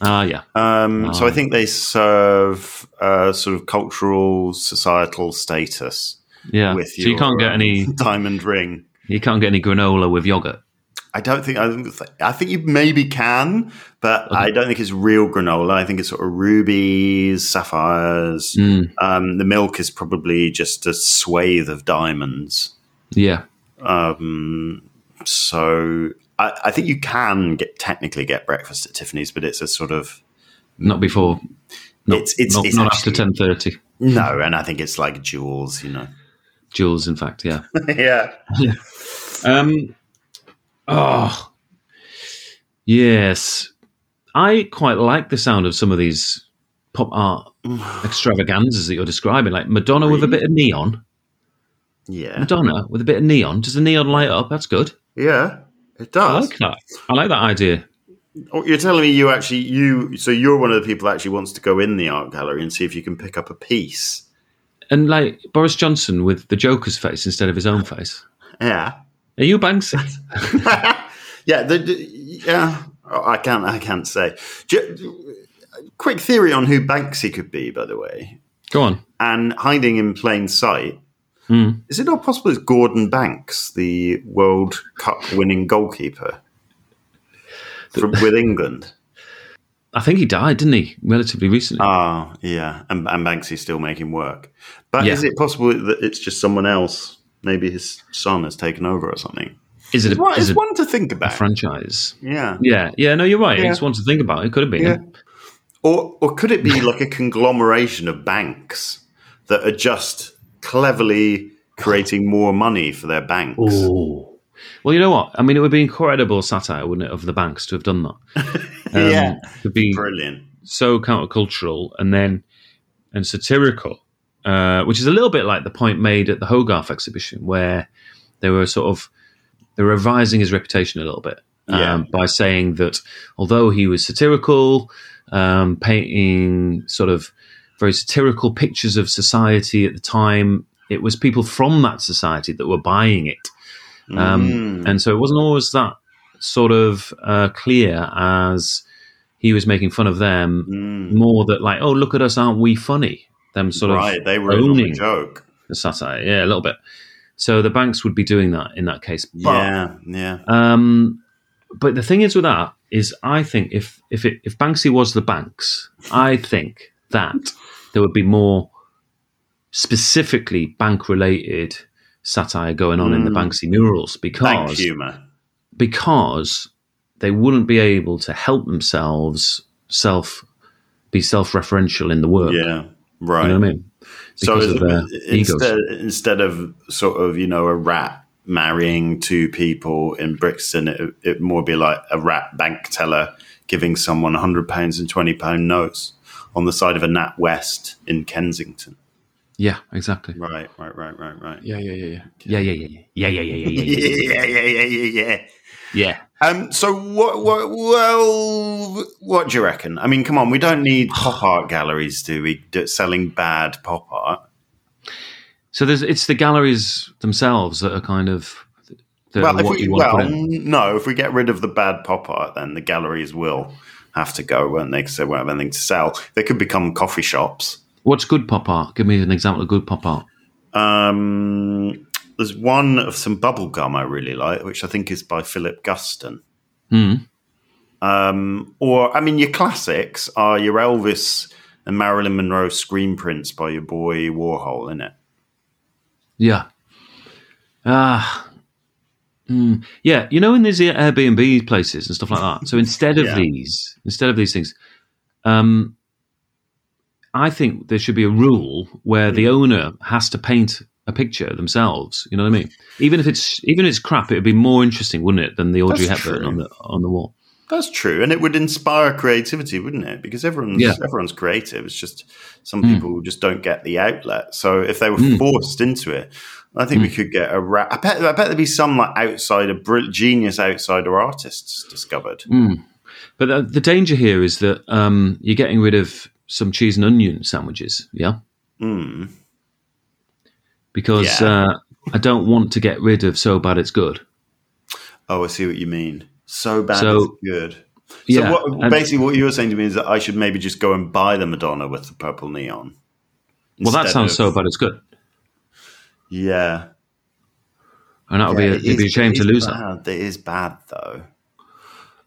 [SPEAKER 1] Ah, yeah.
[SPEAKER 2] Um, So I think they serve uh, sort of cultural, societal status
[SPEAKER 1] yeah.
[SPEAKER 2] with
[SPEAKER 1] so
[SPEAKER 2] your
[SPEAKER 1] you can't get
[SPEAKER 2] uh,
[SPEAKER 1] any.
[SPEAKER 2] diamond ring.
[SPEAKER 1] You can't get any granola with yogurt.
[SPEAKER 2] I don't think I, don't th- I think you maybe can, but I don't think it's real granola. I think it's sort of rubies, sapphires.
[SPEAKER 1] Mm.
[SPEAKER 2] Um, the milk is probably just a swathe of diamonds.
[SPEAKER 1] Yeah.
[SPEAKER 2] Um, so I, I think you can get technically get breakfast at Tiffany's, but it's a sort of
[SPEAKER 1] not before. Not,
[SPEAKER 2] It's- it's-
[SPEAKER 1] not,
[SPEAKER 2] it's
[SPEAKER 1] not
[SPEAKER 2] actually-
[SPEAKER 1] after ten thirty.
[SPEAKER 2] no, and I think it's like jewels, you know.
[SPEAKER 1] Jules, in fact, yeah.
[SPEAKER 2] yeah,
[SPEAKER 1] um, oh, yes, I quite like the sound of some of these pop art extravaganzas that you're describing, like Madonna with a bit of neon.
[SPEAKER 2] yeah,
[SPEAKER 1] Madonna with a bit of neon. Does the neon light up? That's good.
[SPEAKER 2] yeah. It
[SPEAKER 1] I
[SPEAKER 2] does.
[SPEAKER 1] like that. I like that idea.
[SPEAKER 2] Oh, You're telling me you actually you so you're one of the people that actually wants to go in the art gallery and see if you can pick up a piece.
[SPEAKER 1] And like Boris Johnson with the Joker's face instead of his own face.
[SPEAKER 2] Yeah,
[SPEAKER 1] Are you Banksy?
[SPEAKER 2] yeah, the, the- yeah. Oh, I can't. I can't say. Ju- quick theory on who Banksy could be, by the way,
[SPEAKER 1] Go on.
[SPEAKER 2] and hiding in plain sight.
[SPEAKER 1] Hmm.
[SPEAKER 2] Is it not possible it's Gordon Banks, the World Cup winning goalkeeper? from, with England.
[SPEAKER 1] I think he died, didn't he? Relatively recently.
[SPEAKER 2] Ah, yeah, and, and Banksy's still making work. But
[SPEAKER 1] Yeah.
[SPEAKER 2] is it possible that it's just someone else? Maybe his son has taken over or something.
[SPEAKER 1] is it
[SPEAKER 2] It's
[SPEAKER 1] a,
[SPEAKER 2] one,
[SPEAKER 1] is
[SPEAKER 2] it's
[SPEAKER 1] it
[SPEAKER 2] one to think
[SPEAKER 1] a
[SPEAKER 2] about.
[SPEAKER 1] franchise?
[SPEAKER 2] yeah.
[SPEAKER 1] Yeah, yeah. No, you're right.
[SPEAKER 2] Yeah.
[SPEAKER 1] It's one to think about. It could have been.
[SPEAKER 2] Yeah. Or, or could it be like a conglomeration of banks that are just cleverly creating more money for their banks?
[SPEAKER 1] Oh. Well, you know what? I mean, it would be incredible satire, wouldn't it, of the banks to have done that? Um,
[SPEAKER 2] Yeah.
[SPEAKER 1] To be
[SPEAKER 2] Brilliant.
[SPEAKER 1] so countercultural and then and satirical, uh, which is a little bit like the point made at the Hogarth exhibition, where they were sort of they were revising his reputation a little bit um,
[SPEAKER 2] Yeah.
[SPEAKER 1] by saying that although he was satirical, um, painting sort of very satirical pictures of society at the time, it was people from that society that were buying it. Um,
[SPEAKER 2] Mm.
[SPEAKER 1] And so it wasn't always that sort of uh, clear as he was making fun of them,
[SPEAKER 2] Mm.
[SPEAKER 1] more that, like, oh, look at us, aren't we funny? Them sort
[SPEAKER 2] Right,
[SPEAKER 1] of
[SPEAKER 2] they were in on the
[SPEAKER 1] owning
[SPEAKER 2] joke.
[SPEAKER 1] the satire. Yeah, a little bit. So the banks would be doing that in that case. But,
[SPEAKER 2] yeah, yeah.
[SPEAKER 1] um, but the thing is with that is I think if, if, it, if Banksy was the banks, I think that there would be more specifically bank related satire going on in the
[SPEAKER 2] Mm.
[SPEAKER 1] Banksy murals because
[SPEAKER 2] Bank humor.
[SPEAKER 1] because they wouldn't be able to help themselves self be self-referential in the work.
[SPEAKER 2] Yeah, right.
[SPEAKER 1] You know what I mean?
[SPEAKER 2] so
[SPEAKER 1] Because
[SPEAKER 2] is
[SPEAKER 1] of their
[SPEAKER 2] it-
[SPEAKER 1] egos.
[SPEAKER 2] instead, instead of sort of you know a rat marrying two people in Brixton, it it more be like a rat bank teller giving someone hundred pounds and twenty pound notes on the side of a Nat West in Kensington.
[SPEAKER 1] Yeah, exactly.
[SPEAKER 2] Right, right, right, right, right.
[SPEAKER 1] Yeah, yeah, yeah, yeah. Yeah, yeah, yeah, yeah. Yeah, yeah, yeah, yeah, yeah, yeah.
[SPEAKER 2] Yeah, yeah, yeah, yeah, yeah.
[SPEAKER 1] Yeah.
[SPEAKER 2] Um, so what, what? Well, what do you reckon? I mean, come on, we don't need pop art galleries, do we? D- Selling bad pop art.
[SPEAKER 1] So there's it's the galleries themselves that are kind of that
[SPEAKER 2] Well,
[SPEAKER 1] are
[SPEAKER 2] if
[SPEAKER 1] what
[SPEAKER 2] we,
[SPEAKER 1] you want
[SPEAKER 2] well,
[SPEAKER 1] to put in.
[SPEAKER 2] no, if we get rid of the bad pop art, then the galleries will have to go, won't they? Because they won't have anything to sell. They could become coffee shops.
[SPEAKER 1] What's good pop art? Give me an example of good pop art.
[SPEAKER 2] Um, there's one of some bubble gum I really like, which I think is by Philip Guston.
[SPEAKER 1] Mm.
[SPEAKER 2] Um, or, I mean, your classics are your Elvis and Marilyn Monroe screen prints by your boy Warhol, innit?
[SPEAKER 1] Yeah. Ah. Mm. Yeah, you know, in these Airbnb places and stuff like that. So instead of
[SPEAKER 2] Yeah.
[SPEAKER 1] these, instead of these things, um, I think there should be a rule where
[SPEAKER 2] Hmm.
[SPEAKER 1] the owner has to paint a picture themselves. You know what I mean? Even if it's even if it's crap, it would be more interesting, wouldn't it, than the Audrey
[SPEAKER 2] That's
[SPEAKER 1] Hepburn
[SPEAKER 2] true.
[SPEAKER 1] on the on the wall?
[SPEAKER 2] That's true, and it would inspire creativity, wouldn't it? Because everyone's
[SPEAKER 1] Yeah.
[SPEAKER 2] everyone's creative. It's just some people just don't get the outlet. So if they were forced into it, I think we could get a ra I bet, I bet there'd be some like outsider, br- genius outsider artists discovered.
[SPEAKER 1] But uh, the, the danger here is that um, you're getting rid of some cheese and onion sandwiches. Yeah.
[SPEAKER 2] Mm.
[SPEAKER 1] because
[SPEAKER 2] Yeah.
[SPEAKER 1] uh, I don't want to get rid of so bad it's good.
[SPEAKER 2] Oh, I see what you mean. So bad,
[SPEAKER 1] So-
[SPEAKER 2] it's good. So
[SPEAKER 1] Yeah,
[SPEAKER 2] what,
[SPEAKER 1] and-
[SPEAKER 2] basically, what you're saying to me is that I should maybe just go and buy the Madonna with the purple neon.
[SPEAKER 1] Well, that
[SPEAKER 2] instead
[SPEAKER 1] sounds
[SPEAKER 2] of-
[SPEAKER 1] so bad it's good,
[SPEAKER 2] Yeah,
[SPEAKER 1] and that would
[SPEAKER 2] Yeah,
[SPEAKER 1] be a,
[SPEAKER 2] it
[SPEAKER 1] it'd be a
[SPEAKER 2] is-
[SPEAKER 1] shame
[SPEAKER 2] it
[SPEAKER 1] to
[SPEAKER 2] is
[SPEAKER 1] lose that.
[SPEAKER 2] bad. It is bad though.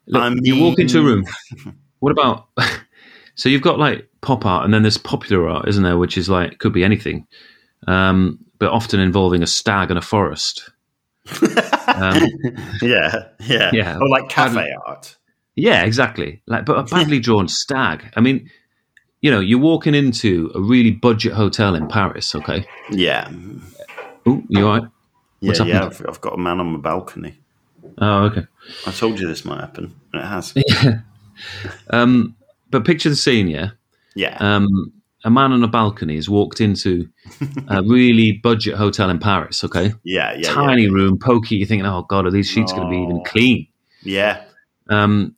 [SPEAKER 1] Look,
[SPEAKER 2] I
[SPEAKER 1] you walk into a
[SPEAKER 2] mean-
[SPEAKER 1] room. What about? so you've got like pop art, and then there's popular art, isn't there? Which is like could be anything, um, but often involving a stag and a forest. um,
[SPEAKER 2] yeah, yeah,
[SPEAKER 1] Yeah.
[SPEAKER 2] Or like cafe art.
[SPEAKER 1] yeah, exactly. Like, but a badly drawn stag. I mean, you know, you're walking into a really budget hotel in Paris. Okay.
[SPEAKER 2] Yeah,
[SPEAKER 1] Oh, you all right? What's
[SPEAKER 2] yeah, yeah.
[SPEAKER 1] happened?
[SPEAKER 2] I've, I've got a man on my balcony.
[SPEAKER 1] Oh, okay.
[SPEAKER 2] I told you this might happen, and it has.
[SPEAKER 1] Um, but picture the scene, yeah.
[SPEAKER 2] Yeah,
[SPEAKER 1] um, a man on a balcony has walked into a really budget hotel in Paris. Okay,
[SPEAKER 2] yeah, yeah, yeah,
[SPEAKER 1] tiny room, pokey. You're thinking, oh god, are these sheets going to be even
[SPEAKER 2] No.
[SPEAKER 1] clean?
[SPEAKER 2] yeah.
[SPEAKER 1] Um,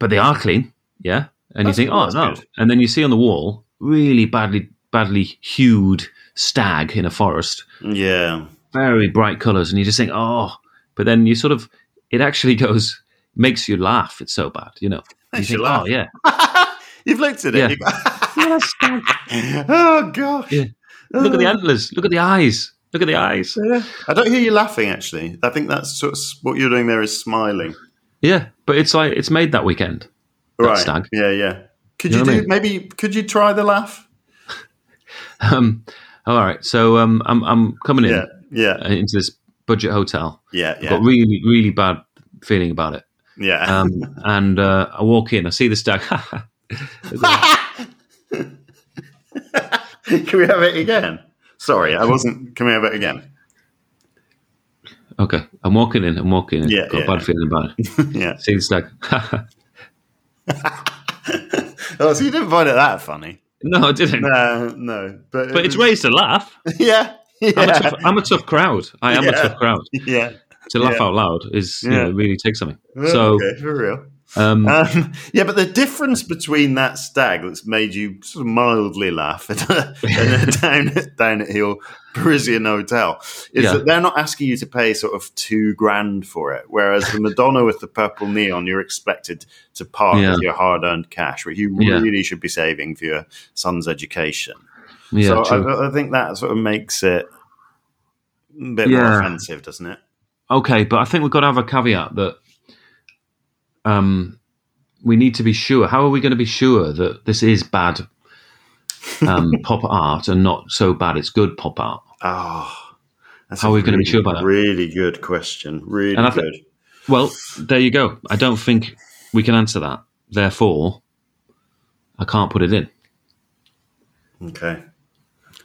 [SPEAKER 1] but they are clean, yeah. And
[SPEAKER 2] That's
[SPEAKER 1] you think,
[SPEAKER 2] good,
[SPEAKER 1] oh
[SPEAKER 2] that's
[SPEAKER 1] no.
[SPEAKER 2] good.
[SPEAKER 1] And then you see on the wall really badly, badly hued stag in a forest,
[SPEAKER 2] yeah.
[SPEAKER 1] very bright colours, and you just think, oh. But then you sort of, it actually goes makes you laugh. It's so bad, you know.
[SPEAKER 2] Makes
[SPEAKER 1] you
[SPEAKER 2] you
[SPEAKER 1] think,
[SPEAKER 2] laugh.
[SPEAKER 1] oh yeah,
[SPEAKER 2] You've looked at
[SPEAKER 1] Yeah.
[SPEAKER 2] it.
[SPEAKER 1] Yeah, that's stag.
[SPEAKER 2] oh gosh.
[SPEAKER 1] Yeah. look at the antlers, look at the eyes, look at the eyes.
[SPEAKER 2] I don't hear you laughing. Actually, I think that's sort of s- what you're doing there is smiling.
[SPEAKER 1] Yeah, but it's like it's made that weekend. That
[SPEAKER 2] right.
[SPEAKER 1] stag.
[SPEAKER 2] Yeah, yeah. Could
[SPEAKER 1] You
[SPEAKER 2] you,
[SPEAKER 1] know what I
[SPEAKER 2] do
[SPEAKER 1] mean?
[SPEAKER 2] maybe? Could you try the laugh?
[SPEAKER 1] Um, all right, so um, I'm I'm coming in
[SPEAKER 2] Yeah, yeah,
[SPEAKER 1] uh, into this budget hotel.
[SPEAKER 2] yeah,
[SPEAKER 1] I've
[SPEAKER 2] yeah,
[SPEAKER 1] got really really bad feeling about it.
[SPEAKER 2] yeah.
[SPEAKER 1] Um, and uh, I walk in, I see the stag. uh,
[SPEAKER 2] Can we have it again? Sorry, I wasn't. Can we have it again?
[SPEAKER 1] okay, I'm walking in. I'm walking in.
[SPEAKER 2] Yeah,
[SPEAKER 1] got
[SPEAKER 2] yeah.
[SPEAKER 1] a bad feeling about it.
[SPEAKER 2] yeah.
[SPEAKER 1] See the stag.
[SPEAKER 2] Oh, so you didn't find it that funny?
[SPEAKER 1] no, I didn't.
[SPEAKER 2] No, no. But, it
[SPEAKER 1] But it's
[SPEAKER 2] was-
[SPEAKER 1] ways to laugh.
[SPEAKER 2] yeah,
[SPEAKER 1] I'm, a
[SPEAKER 2] yeah,
[SPEAKER 1] tough, I'm a tough crowd. I am a
[SPEAKER 2] Yeah.
[SPEAKER 1] tough crowd.
[SPEAKER 2] yeah.
[SPEAKER 1] To laugh
[SPEAKER 2] Yeah.
[SPEAKER 1] out loud is you
[SPEAKER 2] Yeah.
[SPEAKER 1] know, really takes something. So
[SPEAKER 2] okay, for real.
[SPEAKER 1] um,
[SPEAKER 2] Um, yeah, but the difference between that stag that's made you sort of mildly laugh and a, and a down down at heel Parisian hotel is
[SPEAKER 1] Yeah.
[SPEAKER 2] that they're not asking you to pay sort of two grand for it, whereas the Madonna with the purple neon you're expected to part
[SPEAKER 1] Yeah.
[SPEAKER 2] with your hard earned cash, which you
[SPEAKER 1] Yeah.
[SPEAKER 2] really should be saving for your son's education.
[SPEAKER 1] yeah,
[SPEAKER 2] so uh,
[SPEAKER 1] true.
[SPEAKER 2] I, I think that sort of makes it a bit more
[SPEAKER 1] Yeah.
[SPEAKER 2] offensive, doesn't it?
[SPEAKER 1] okay, but I think we've got to have a caveat that um, we need to be sure. How are we going to be sure that this is bad um, pop art and not so bad it's good pop art?
[SPEAKER 2] Oh, that's
[SPEAKER 1] How
[SPEAKER 2] a
[SPEAKER 1] are we gonna be
[SPEAKER 2] really,
[SPEAKER 1] sure about that?
[SPEAKER 2] Really good question. Really
[SPEAKER 1] And I thi-
[SPEAKER 2] good.
[SPEAKER 1] Well, there you go. I don't think we can answer that. Therefore, I can't put it in.
[SPEAKER 2] Okay.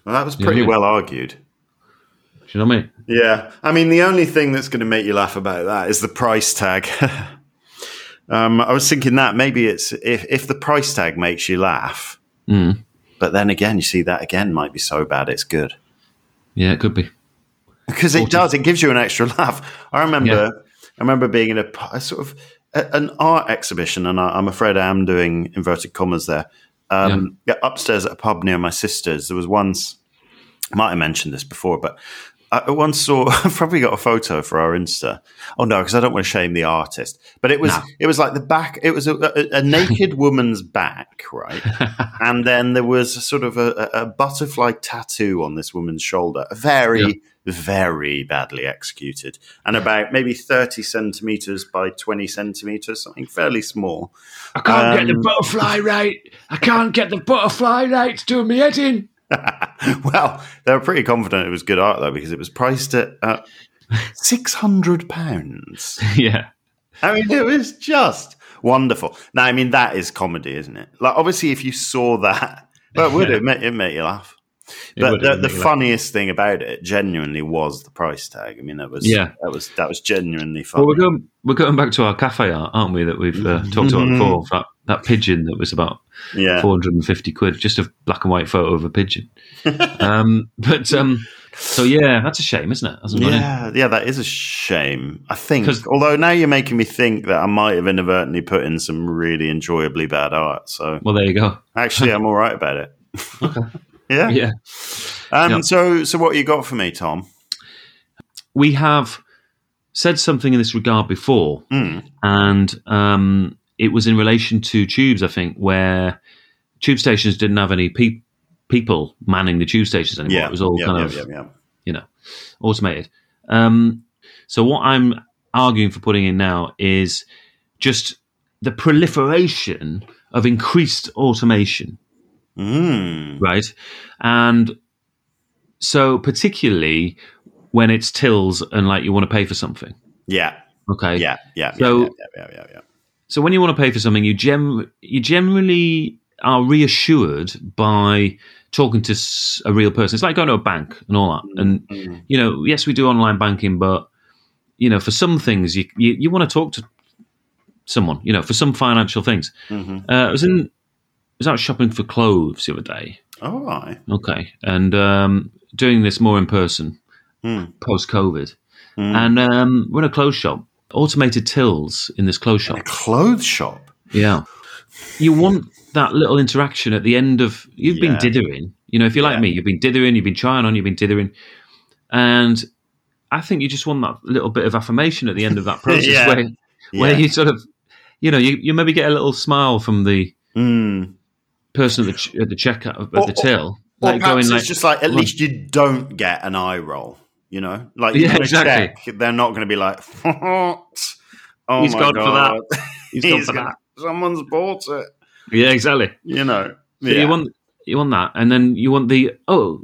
[SPEAKER 2] Well, that was
[SPEAKER 1] Yeah,
[SPEAKER 2] pretty
[SPEAKER 1] yeah.
[SPEAKER 2] well argued.
[SPEAKER 1] Do you know what I mean?
[SPEAKER 2] Yeah. I mean, the only thing that's going to make you laugh about that is the price tag. um, I was thinking that maybe it's if, if the price tag makes you laugh,
[SPEAKER 1] Mm.
[SPEAKER 2] but then again, you see that again might be so bad it's good.
[SPEAKER 1] Yeah, it could be.
[SPEAKER 2] Because it does, it gives you an extra laugh. I remember,
[SPEAKER 1] Yeah.
[SPEAKER 2] I remember being in a, p- a sort of a- an art exhibition, and I, I'm afraid I am doing inverted commas there. Um, yeah, upstairs at a pub near my sister's, there was once. I might have mentioned this before, but I I once saw. I've probably got a photo for our Insta. Oh no, because I don't want to shame the artist. But it was
[SPEAKER 1] No.
[SPEAKER 2] it was like the back. It was a, a, a naked woman's back, right? and then there was a sort of a, a a butterfly tattoo on this woman's shoulder. Very.
[SPEAKER 1] Yeah.
[SPEAKER 2] Very badly executed, and about maybe 30 centimeters by 20 centimeters, something fairly small.
[SPEAKER 1] I can't
[SPEAKER 2] get the Um,
[SPEAKER 1] butterfly right. I can't get the butterfly right. It's doing me head in.
[SPEAKER 2] well, they were pretty confident it was good art though, because it was priced at uh, six hundred pounds.
[SPEAKER 1] Yeah.
[SPEAKER 2] I mean, it was just wonderful. Now, I mean, that is comedy, isn't it? Like, obviously, if you saw that, but would it make it make you laugh?
[SPEAKER 1] It
[SPEAKER 2] but
[SPEAKER 1] would- it
[SPEAKER 2] the,
[SPEAKER 1] would
[SPEAKER 2] the
[SPEAKER 1] make you laugh.
[SPEAKER 2] funniest thing about it, genuinely, was the price tag. I mean, that was
[SPEAKER 1] Yeah.
[SPEAKER 2] that was that was genuinely funny.
[SPEAKER 1] Well, we're going we're going back to our cafe art, aren't we? That we've uh, talked about
[SPEAKER 2] Mhm.
[SPEAKER 1] before. That that pigeon that was about
[SPEAKER 2] yeah,
[SPEAKER 1] four hundred and fifty quid, just a black and white photo of a pigeon. um, but um, so yeah, that's a shame, isn't it? Hasn't gone in.
[SPEAKER 2] yeah, yeah. That is a shame. I think,
[SPEAKER 1] 'Cause-
[SPEAKER 2] although now you're making me think that I might have inadvertently put in some really enjoyably bad art. So
[SPEAKER 1] Well, there you go.
[SPEAKER 2] actually, I'm all right about it. yeah.
[SPEAKER 1] Yeah,
[SPEAKER 2] Um.
[SPEAKER 1] Yeah.
[SPEAKER 2] So, so what you got for me, Tom?
[SPEAKER 1] we have said something in this regard before,
[SPEAKER 2] Mm.
[SPEAKER 1] and um, it was in relation to tubes, I think, where tube stations didn't have any pe- people manning the tube stations anymore.
[SPEAKER 2] Yeah.
[SPEAKER 1] It was all
[SPEAKER 2] yeah,
[SPEAKER 1] kind
[SPEAKER 2] yeah,
[SPEAKER 1] of
[SPEAKER 2] yeah, yeah.
[SPEAKER 1] you know, automated. Um, so what I'm arguing for putting in now is just the proliferation of increased automation,
[SPEAKER 2] Mm.
[SPEAKER 1] right? And so particularly when it's tills and like you want to pay for something,
[SPEAKER 2] Yeah,
[SPEAKER 1] okay?
[SPEAKER 2] yeah, yeah.
[SPEAKER 1] So-
[SPEAKER 2] yeah, yeah, yeah, yeah, yeah.
[SPEAKER 1] So when you want to pay for something, you gem you generally are reassured by talking to s- a real person. It's like going to a bank and all that, and
[SPEAKER 2] Mm.
[SPEAKER 1] you know, yes, we do online banking, but you know, for some things, you you, you want to talk to someone. You know, for some financial things.
[SPEAKER 2] Mhm.
[SPEAKER 1] Uh, I was in, I was out shopping for clothes the other day.
[SPEAKER 2] All right.
[SPEAKER 1] Okay, and um, doing this more in person
[SPEAKER 2] Hmm.
[SPEAKER 1] post COVID,
[SPEAKER 2] Mm.
[SPEAKER 1] and um, we're in a clothes shop. Automated tills in this clothes shop.
[SPEAKER 2] A clothes shop.
[SPEAKER 1] Yeah, you want that little interaction at the end of you've
[SPEAKER 2] Yeah.
[SPEAKER 1] been dithering. You know, if you're
[SPEAKER 2] Yeah.
[SPEAKER 1] like me, you've been dithering, you've been trying on, you've been dithering, and I think you just want that little bit of affirmation at the end of that process
[SPEAKER 2] Yeah.
[SPEAKER 1] where where
[SPEAKER 2] Yeah.
[SPEAKER 1] you sort of you know you, you maybe get a little smile from the
[SPEAKER 2] Mm.
[SPEAKER 1] person at the ch- at the checkout at
[SPEAKER 2] Or-
[SPEAKER 1] the till,
[SPEAKER 2] Or
[SPEAKER 1] like
[SPEAKER 2] perhaps
[SPEAKER 1] going
[SPEAKER 2] it's
[SPEAKER 1] like
[SPEAKER 2] just like at
[SPEAKER 1] Look.
[SPEAKER 2] least you don't get an eye roll. You know, like you
[SPEAKER 1] Yeah,
[SPEAKER 2] can
[SPEAKER 1] exactly.
[SPEAKER 2] check. They're not going to be like. Oh
[SPEAKER 1] He's
[SPEAKER 2] my
[SPEAKER 1] gone for
[SPEAKER 2] God.
[SPEAKER 1] that. He's gone
[SPEAKER 2] He's
[SPEAKER 1] for
[SPEAKER 2] gone-
[SPEAKER 1] that.
[SPEAKER 2] Someone's bought it.
[SPEAKER 1] Yeah, exactly.
[SPEAKER 2] You know.
[SPEAKER 1] So you want you want that, and then you want the oh,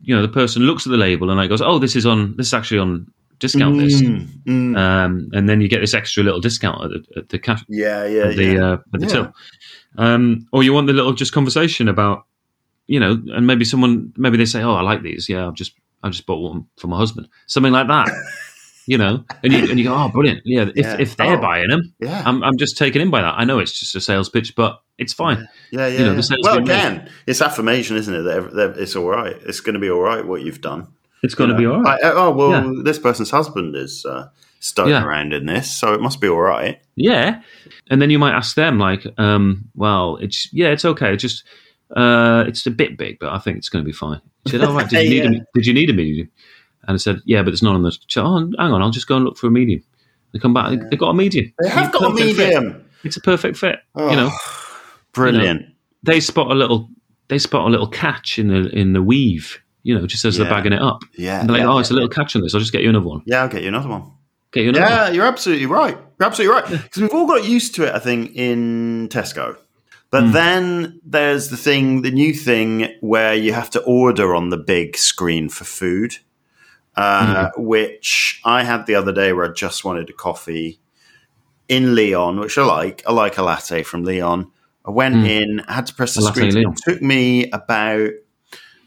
[SPEAKER 1] you know, the person looks at the label and like goes, oh, this is on this is actually on discount list,
[SPEAKER 2] Mm, mm.
[SPEAKER 1] um, and then you get this extra little discount at the, at the cash
[SPEAKER 2] yeah, yeah,
[SPEAKER 1] at the
[SPEAKER 2] yeah.
[SPEAKER 1] uh, at the
[SPEAKER 2] Yeah.
[SPEAKER 1] till. Um, or you want the little just conversation about, you know, and maybe someone maybe they say, "Oh, I like these. Yeah, I've just I just bought one for my husband. Something like that." you know, and you and you go, "Oh, brilliant. Yeah, if
[SPEAKER 2] Yeah.
[SPEAKER 1] if they're
[SPEAKER 2] Oh.
[SPEAKER 1] buying them,
[SPEAKER 2] yeah.
[SPEAKER 1] I'm I'm just taken in by that. I know it's just a sales pitch, but it's fine.
[SPEAKER 2] Yeah, yeah.
[SPEAKER 1] know, the
[SPEAKER 2] yeah.
[SPEAKER 1] sales
[SPEAKER 2] well,
[SPEAKER 1] being made.
[SPEAKER 2] again, it's affirmation, isn't it? That, ev- that it's all right. It's going to be all right what you've done.
[SPEAKER 1] It's going to be all right.
[SPEAKER 2] Like, oh well,
[SPEAKER 1] Yeah.
[SPEAKER 2] this person's husband is uh, stuck
[SPEAKER 1] Yeah.
[SPEAKER 2] around in this, so it must be all right.
[SPEAKER 1] yeah." And then you might ask them like, um, "Well, it's yeah, it's okay. It's just." Uh, it's a bit big, but I think it's going to be fine. She said, "All right, did you need
[SPEAKER 2] Yeah.
[SPEAKER 1] a, did you need a medium?" And I said, "Yeah, but it's not on the." She said, oh, hang on, I'll just go and look for a medium. They come back, they got a medium.
[SPEAKER 2] They have got a
[SPEAKER 1] Perfect fit.
[SPEAKER 2] medium.
[SPEAKER 1] It's a perfect fit.
[SPEAKER 2] Oh,
[SPEAKER 1] You know,
[SPEAKER 2] brilliant.
[SPEAKER 1] they spot a little, they spot a little catch in the in the weave. You know, just as
[SPEAKER 2] Yeah.
[SPEAKER 1] they're bagging it up,
[SPEAKER 2] Yeah,
[SPEAKER 1] and they're like,
[SPEAKER 2] yeah,
[SPEAKER 1] "Oh, it's a little catch on this. I'll just get you another one.
[SPEAKER 2] yeah. I'll get you another one.
[SPEAKER 1] Get you another."
[SPEAKER 2] Yeah, you're absolutely right. You're absolutely right. Because we've all got used to it, I think, in Tesco.
[SPEAKER 1] Hmm.
[SPEAKER 2] But then there's the thing, the new thing where you have to order on the big screen for food,
[SPEAKER 1] Mm.
[SPEAKER 2] uh, which I had the other day where I just wanted a coffee in Leon, which I like. I like a latte from Leon. I went
[SPEAKER 1] Mm.
[SPEAKER 2] in, had to press the
[SPEAKER 1] A latte
[SPEAKER 2] screen.
[SPEAKER 1] Leon.
[SPEAKER 2] It took me about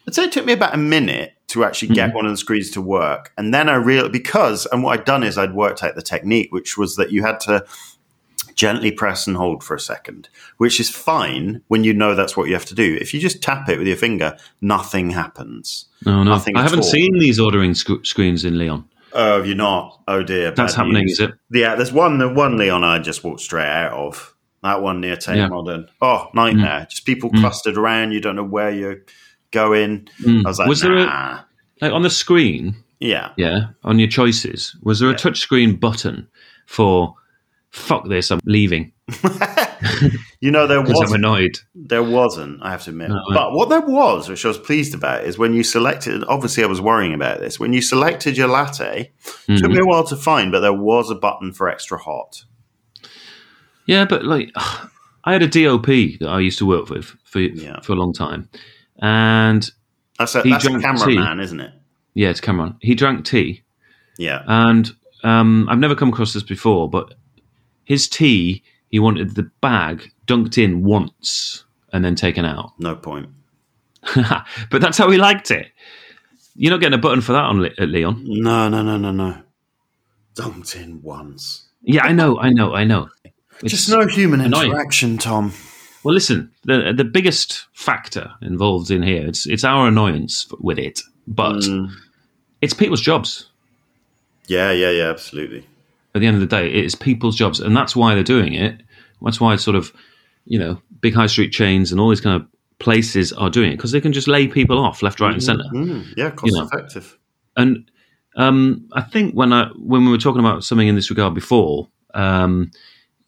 [SPEAKER 2] I'd say it took me about a minute to actually
[SPEAKER 1] Mm.
[SPEAKER 2] get one of the screens to work. And then I real because, and what I'd done is I'd worked out the technique, which was that you had to gently press and hold for a second, which is fine when you know that's what you have to do. If you just tap it with your finger, nothing happens.
[SPEAKER 1] No, no,
[SPEAKER 2] nothing
[SPEAKER 1] I
[SPEAKER 2] at
[SPEAKER 1] haven't
[SPEAKER 2] all.
[SPEAKER 1] seen these ordering sc- screens in Leon.
[SPEAKER 2] Oh, you're not. Oh dear.
[SPEAKER 1] That's
[SPEAKER 2] bad
[SPEAKER 1] happening,
[SPEAKER 2] news.
[SPEAKER 1] is it?
[SPEAKER 2] Yeah, there's one the one Leon I just walked straight out of. That one near Tate
[SPEAKER 1] Yeah. Mm.
[SPEAKER 2] Modern. Oh, nightmare. Just people clustered around, you don't know where you're going.
[SPEAKER 1] Mm.
[SPEAKER 2] I was like,
[SPEAKER 1] Was there
[SPEAKER 2] nah.
[SPEAKER 1] a- Like on the screen,
[SPEAKER 2] yeah.
[SPEAKER 1] yeah, on your choices, was there a touchscreen button for "fuck this, I'm leaving"
[SPEAKER 2] You know, there
[SPEAKER 1] because
[SPEAKER 2] was
[SPEAKER 1] I'm annoyed?
[SPEAKER 2] There wasn't, I have to admit.
[SPEAKER 1] No, no.
[SPEAKER 2] but what there was, which I was pleased about, is when you selected, obviously, I was worrying about this. When you selected your latte, it took
[SPEAKER 1] Mhm.
[SPEAKER 2] me a while to find, but there was a button for extra hot.
[SPEAKER 1] Yeah, but like, I had a DOP that I used to work with for
[SPEAKER 2] Yeah.
[SPEAKER 1] for a long time, and
[SPEAKER 2] That's a,
[SPEAKER 1] He
[SPEAKER 2] that's a
[SPEAKER 1] drank
[SPEAKER 2] cameraman, isn't it?
[SPEAKER 1] yeah, it's Cameron. He drank tea,
[SPEAKER 2] Yeah.
[SPEAKER 1] and um, I've never come across this before, but his tea he wanted the bag dunked in once and then taken out,
[SPEAKER 2] No point.
[SPEAKER 1] but that's how he liked it. You're not getting a button for that on Le- at Leon.
[SPEAKER 2] No, no, no, no, no. Dunked in once.
[SPEAKER 1] Yeah, I know, I know, I know.
[SPEAKER 2] Just no human
[SPEAKER 1] annoying.
[SPEAKER 2] interaction, Tom.
[SPEAKER 1] Well, listen, the the biggest factor involved in here it's it's our annoyance with it, but
[SPEAKER 2] Mm.
[SPEAKER 1] it's people's jobs.
[SPEAKER 2] Yeah, yeah, yeah, absolutely.
[SPEAKER 1] At the end of the day, it is people's jobs, and that's why they're doing it. That's why sort of you know big high street chains and all these kind of places are doing it because they can just lay people off left, right, and center.
[SPEAKER 2] Mm. Yeah, cost
[SPEAKER 1] know.
[SPEAKER 2] effective.
[SPEAKER 1] And um, I think when I when we were talking about something in this regard before, um,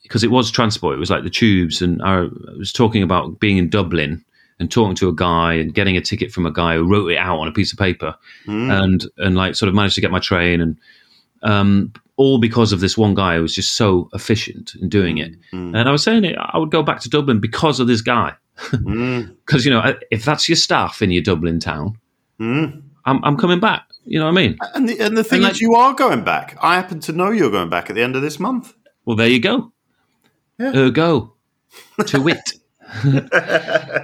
[SPEAKER 1] because it was transport, it was like the tubes, and I was talking about being in Dublin and talking to a guy and getting a ticket from a guy who wrote it out on a piece of paper, and and like sort of managed to get my train, and um, all because of this one guy who was just so efficient in doing it. And I was saying it, I would go back to Dublin because of this guy,
[SPEAKER 2] Mm.
[SPEAKER 1] because you know if that's your staff in your Dublin town,
[SPEAKER 2] Mm.
[SPEAKER 1] I'm, I'm coming back. You know what I mean?
[SPEAKER 2] And, the, and the thing
[SPEAKER 1] And,
[SPEAKER 2] is,
[SPEAKER 1] like-
[SPEAKER 2] you are going back. I happen to know you're going back at the end of this month.
[SPEAKER 1] Well, there you go.
[SPEAKER 2] Yeah.
[SPEAKER 1] Ergo, to wit.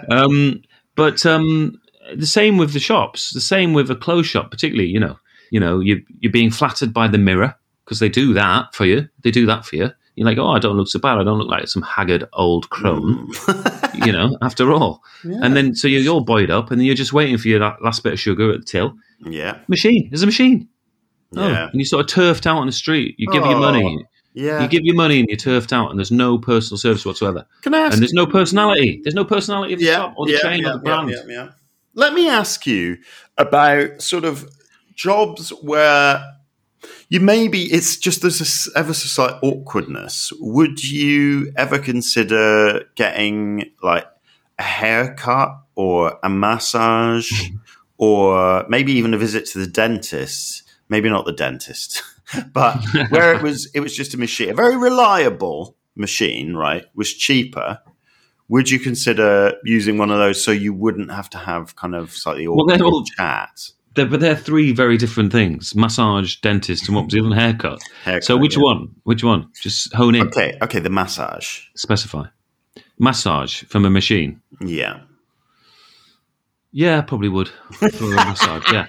[SPEAKER 1] um, but um, the same with the shops. The same with a clothes shop, particularly. You know, you know, you you're being flattered by the mirror because they do that for you. They do that for you. You're like, oh, I don't look so bad. I don't look like some haggard old crone.
[SPEAKER 2] Mm.
[SPEAKER 1] you know, after all. And then so you're all buoyed up, and then you're just waiting for your la- last bit of sugar at the till
[SPEAKER 2] Yeah.
[SPEAKER 1] machine. There's a machine. Oh,
[SPEAKER 2] Yeah.
[SPEAKER 1] and you sort of turfed out on the street. You give your
[SPEAKER 2] Oh.
[SPEAKER 1] money.
[SPEAKER 2] Yeah.
[SPEAKER 1] You give your money and you're turfed out, and there's no personal service whatsoever.
[SPEAKER 2] Can I ask?
[SPEAKER 1] And there's no personality. There's no personality of the
[SPEAKER 2] yeah,
[SPEAKER 1] shop or the
[SPEAKER 2] yeah,
[SPEAKER 1] chain
[SPEAKER 2] yeah,
[SPEAKER 1] or the
[SPEAKER 2] yeah,
[SPEAKER 1] brand.
[SPEAKER 2] yeah, yeah. Let me ask you about sort of jobs where you maybe it's just there's this ever so slight awkwardness. Would you ever consider getting like a haircut or a
[SPEAKER 1] Mm-hmm.
[SPEAKER 2] massage or maybe even a visit to the dentist? Maybe not the dentist. but where it was, it was just a machine, a very reliable machine, right? Was cheaper. Would you consider using one of those so you wouldn't have to have kind of slightly
[SPEAKER 1] Well, they're
[SPEAKER 2] awkward
[SPEAKER 1] all-
[SPEAKER 2] chat?
[SPEAKER 1] They're, but they're three very different things: massage, dentist, and what was the other one? haircut.
[SPEAKER 2] Haircut,
[SPEAKER 1] so which
[SPEAKER 2] yeah.
[SPEAKER 1] one? Which one? Just hone in.
[SPEAKER 2] Okay, okay, the massage.
[SPEAKER 1] Specify. Massage from a machine.
[SPEAKER 2] Yeah.
[SPEAKER 1] Yeah, I probably would for a massage. Yeah,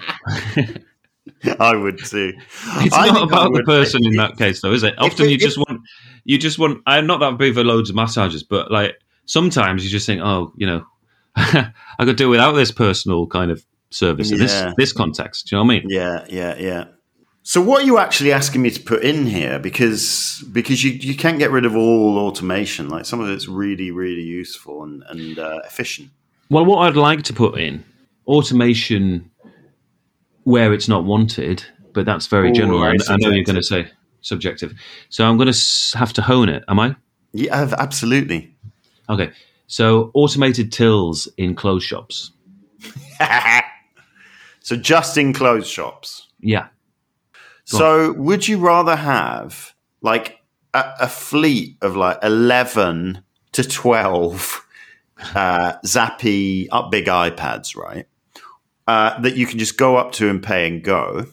[SPEAKER 2] I would too.
[SPEAKER 1] it's
[SPEAKER 2] I
[SPEAKER 1] not
[SPEAKER 2] think I
[SPEAKER 1] about the
[SPEAKER 2] would-
[SPEAKER 1] person in that case, though, is it? Often
[SPEAKER 2] it-
[SPEAKER 1] you
[SPEAKER 2] if-
[SPEAKER 1] just want, you just want. I'm not that big for loads of massages, but like sometimes you just think, oh, you know, I could do without this personal kind of service in this
[SPEAKER 2] Yeah.
[SPEAKER 1] this context. Do you know what I mean?
[SPEAKER 2] Yeah, yeah, yeah. So what are you actually asking me to put in here? Because because you, you can't get rid of all automation. Like some of it's really really useful and and uh, efficient.
[SPEAKER 1] Well, what I'd like to put in automation where it's not wanted, but that's very
[SPEAKER 2] Ooh,
[SPEAKER 1] general. I,
[SPEAKER 2] very
[SPEAKER 1] I know you're going to say subjective, so I'm going to have to hone it. Am I?
[SPEAKER 2] Yeah, I've- absolutely.
[SPEAKER 1] Okay. So automated tills in clothes shops.
[SPEAKER 2] so just in closed shops.
[SPEAKER 1] Yeah.
[SPEAKER 2] So would you rather have like a, a fleet of like eleven to twelve uh, zappy up big iPads, right? Uh, that you can just go up to and pay and go.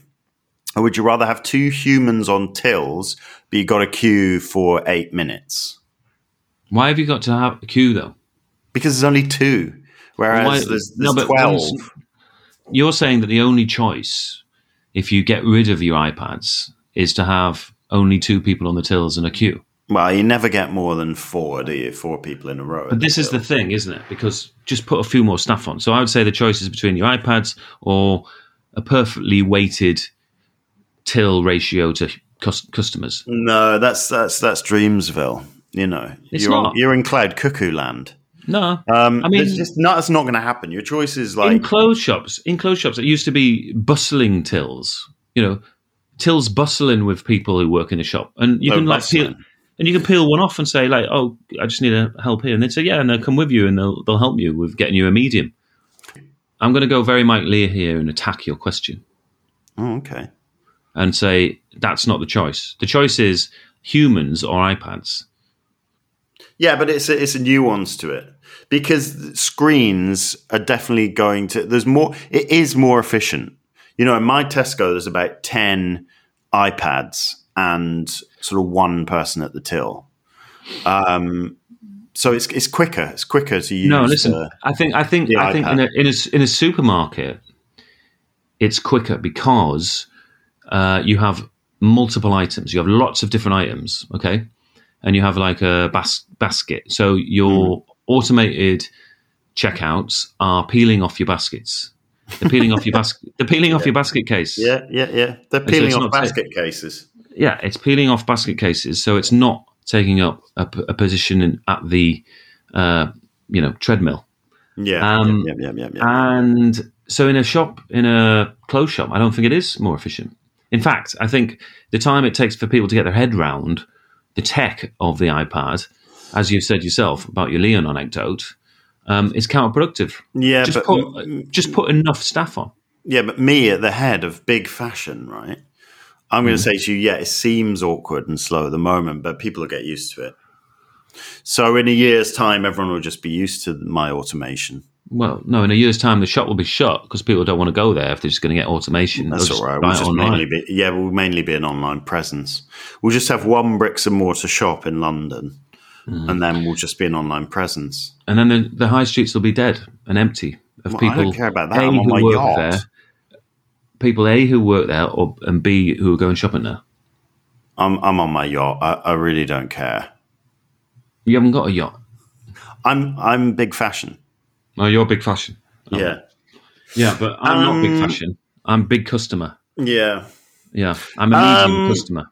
[SPEAKER 2] Or would you rather have two humans on tills, but you got a queue for eight minutes?
[SPEAKER 1] Why have you got to have a queue though?
[SPEAKER 2] Because there's only two, whereas
[SPEAKER 1] Why-
[SPEAKER 2] there's,
[SPEAKER 1] no,
[SPEAKER 2] there's
[SPEAKER 1] but
[SPEAKER 2] 12.
[SPEAKER 1] one's- You're saying that the only choice, if you get rid of your iPads, is to have only two people on the tills and a queue.
[SPEAKER 2] Well, you never get more than four, do you? Four people in a row.
[SPEAKER 1] But this is the thing, isn't it? Because just put a few more staff on. So I would say the choice is between your iPads or a perfectly weighted till ratio to cus- customers.
[SPEAKER 2] No, that's that's that's Dreamsville. You know,
[SPEAKER 1] It's
[SPEAKER 2] you're
[SPEAKER 1] not.
[SPEAKER 2] On, you're in cloud cuckoo land.
[SPEAKER 1] No,
[SPEAKER 2] Um,
[SPEAKER 1] I
[SPEAKER 2] I
[SPEAKER 1] mean-
[SPEAKER 2] mean, it's just not. It's not going to happen. Your choice is
[SPEAKER 1] in
[SPEAKER 2] like
[SPEAKER 1] clothes shops, in clothes shops, it used to be bustling tills. You know, tills bustling with people who work in the shop, and you
[SPEAKER 2] Oh,
[SPEAKER 1] can like
[SPEAKER 2] bustling.
[SPEAKER 1] peel, and you can peel one off and say like, "Oh, I just need a help here," and they say, "Yeah," and they'll come with you and they'll they'll help you with getting you a medium. I'm going to go very Mike Lear here and attack your question.
[SPEAKER 2] oh, okay.
[SPEAKER 1] and say that's not the choice. The choice is humans or iPads.
[SPEAKER 2] Yeah, but it's a, it's a nuance to it because screens are definitely going to. There's more. It is more efficient. You know, in my Tesco, there's about ten iPads and sort of one person at the till. Um, so it's it's quicker. It's quicker to use.
[SPEAKER 1] No, listen.
[SPEAKER 2] the-
[SPEAKER 1] I think I think
[SPEAKER 2] the
[SPEAKER 1] I think in a,
[SPEAKER 2] iPad.
[SPEAKER 1] in a s- in a supermarket, it's quicker because uh, you have multiple items. You have lots of different items. Okay, and you have like a bas- basket. So your
[SPEAKER 2] Hmm.
[SPEAKER 1] automated checkouts are peeling off your baskets. They're peeling off your basket. They're peeling off your basket case.
[SPEAKER 2] yeah, yeah, yeah. They're
[SPEAKER 1] so
[SPEAKER 2] peeling
[SPEAKER 1] it's
[SPEAKER 2] off
[SPEAKER 1] not safe.
[SPEAKER 2] basket cases.
[SPEAKER 1] yeah, it's peeling off basket cases, so it's not taking up a, p- a position in, at the uh, you know treadmill.
[SPEAKER 2] Yeah,
[SPEAKER 1] Um,
[SPEAKER 2] yeah, yeah, yeah, yeah. yeah.
[SPEAKER 1] And so, in a shop, in a clothes shop, I don't think it is more efficient. In fact, I think the time it takes for people to get their head round the tech of the iPad, as you said yourself about your Leon anecdote, um, is counterproductive.
[SPEAKER 2] Yeah,
[SPEAKER 1] Just
[SPEAKER 2] but
[SPEAKER 1] put, just put enough staff on.
[SPEAKER 2] yeah, but me at the head of big fashion, right? I'm going to
[SPEAKER 1] Mm.
[SPEAKER 2] say to you, yeah, it seems awkward and slow at the moment, but people will get used to it. So in a year's time, everyone will just be used to my automation.
[SPEAKER 1] Well, no, in a year's time, the shop will be shut because people don't want to go there if they're just going to get automation.
[SPEAKER 2] That's
[SPEAKER 1] They'll
[SPEAKER 2] all right.
[SPEAKER 1] buy
[SPEAKER 2] We'll
[SPEAKER 1] it
[SPEAKER 2] just
[SPEAKER 1] online.
[SPEAKER 2] mainly be, yeah, we'll mainly be an online presence. We'll just have one bricks and mortar shop in London,
[SPEAKER 1] Mm-hmm.
[SPEAKER 2] and then we'll just be an online presence.
[SPEAKER 1] and then the, the high streets will be dead and empty of
[SPEAKER 2] Well, I
[SPEAKER 1] people.
[SPEAKER 2] don't care about that.
[SPEAKER 1] A,
[SPEAKER 2] I'm on
[SPEAKER 1] who
[SPEAKER 2] my
[SPEAKER 1] work
[SPEAKER 2] yacht.
[SPEAKER 1] there, people A who work there, or and B who are going shopping there.
[SPEAKER 2] I'm I'm on my yacht. I, I really don't care.
[SPEAKER 1] You haven't got a yacht.
[SPEAKER 2] I'm I'm big fashion.
[SPEAKER 1] No, you're big fashion.
[SPEAKER 2] Yeah,
[SPEAKER 1] Yeah, but I'm not big
[SPEAKER 2] Um,
[SPEAKER 1] fashion. I'm big customer.
[SPEAKER 2] yeah.
[SPEAKER 1] Yeah, I'm a medium
[SPEAKER 2] Um,
[SPEAKER 1] customer.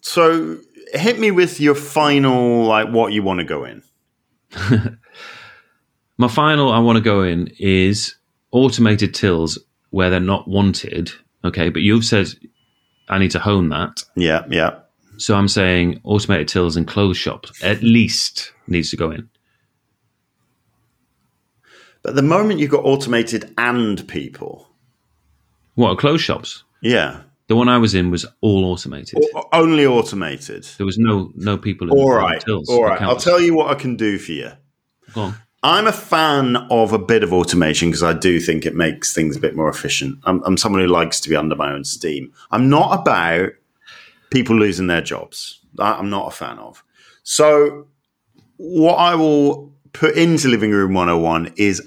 [SPEAKER 2] So hit me with your final, like what you want to go in.
[SPEAKER 1] My final I want to go in is automated tills where they're not wanted. Okay, but you've said I need to hone that.
[SPEAKER 2] Yeah, yeah.
[SPEAKER 1] So I'm saying automated tills in clothes shops at least needs to go in.
[SPEAKER 2] But the moment you got automated and people,
[SPEAKER 1] What are clothes shops?
[SPEAKER 2] yeah,
[SPEAKER 1] The one I was in was all automated.
[SPEAKER 2] O- only automated.
[SPEAKER 1] There was no no people. In
[SPEAKER 2] All
[SPEAKER 1] the
[SPEAKER 2] right,
[SPEAKER 1] tills,
[SPEAKER 2] all
[SPEAKER 1] the
[SPEAKER 2] right. I'll
[SPEAKER 1] counters.
[SPEAKER 2] tell you what I can do for you.
[SPEAKER 1] Go on.
[SPEAKER 2] I'm a fan of a bit of automation because I do think it makes things a bit more efficient. I'm, I'm someone who likes to be under my own steam. I'm not about people losing their jobs. That I'm not a fan of. So, what I will put into Living Room 101 is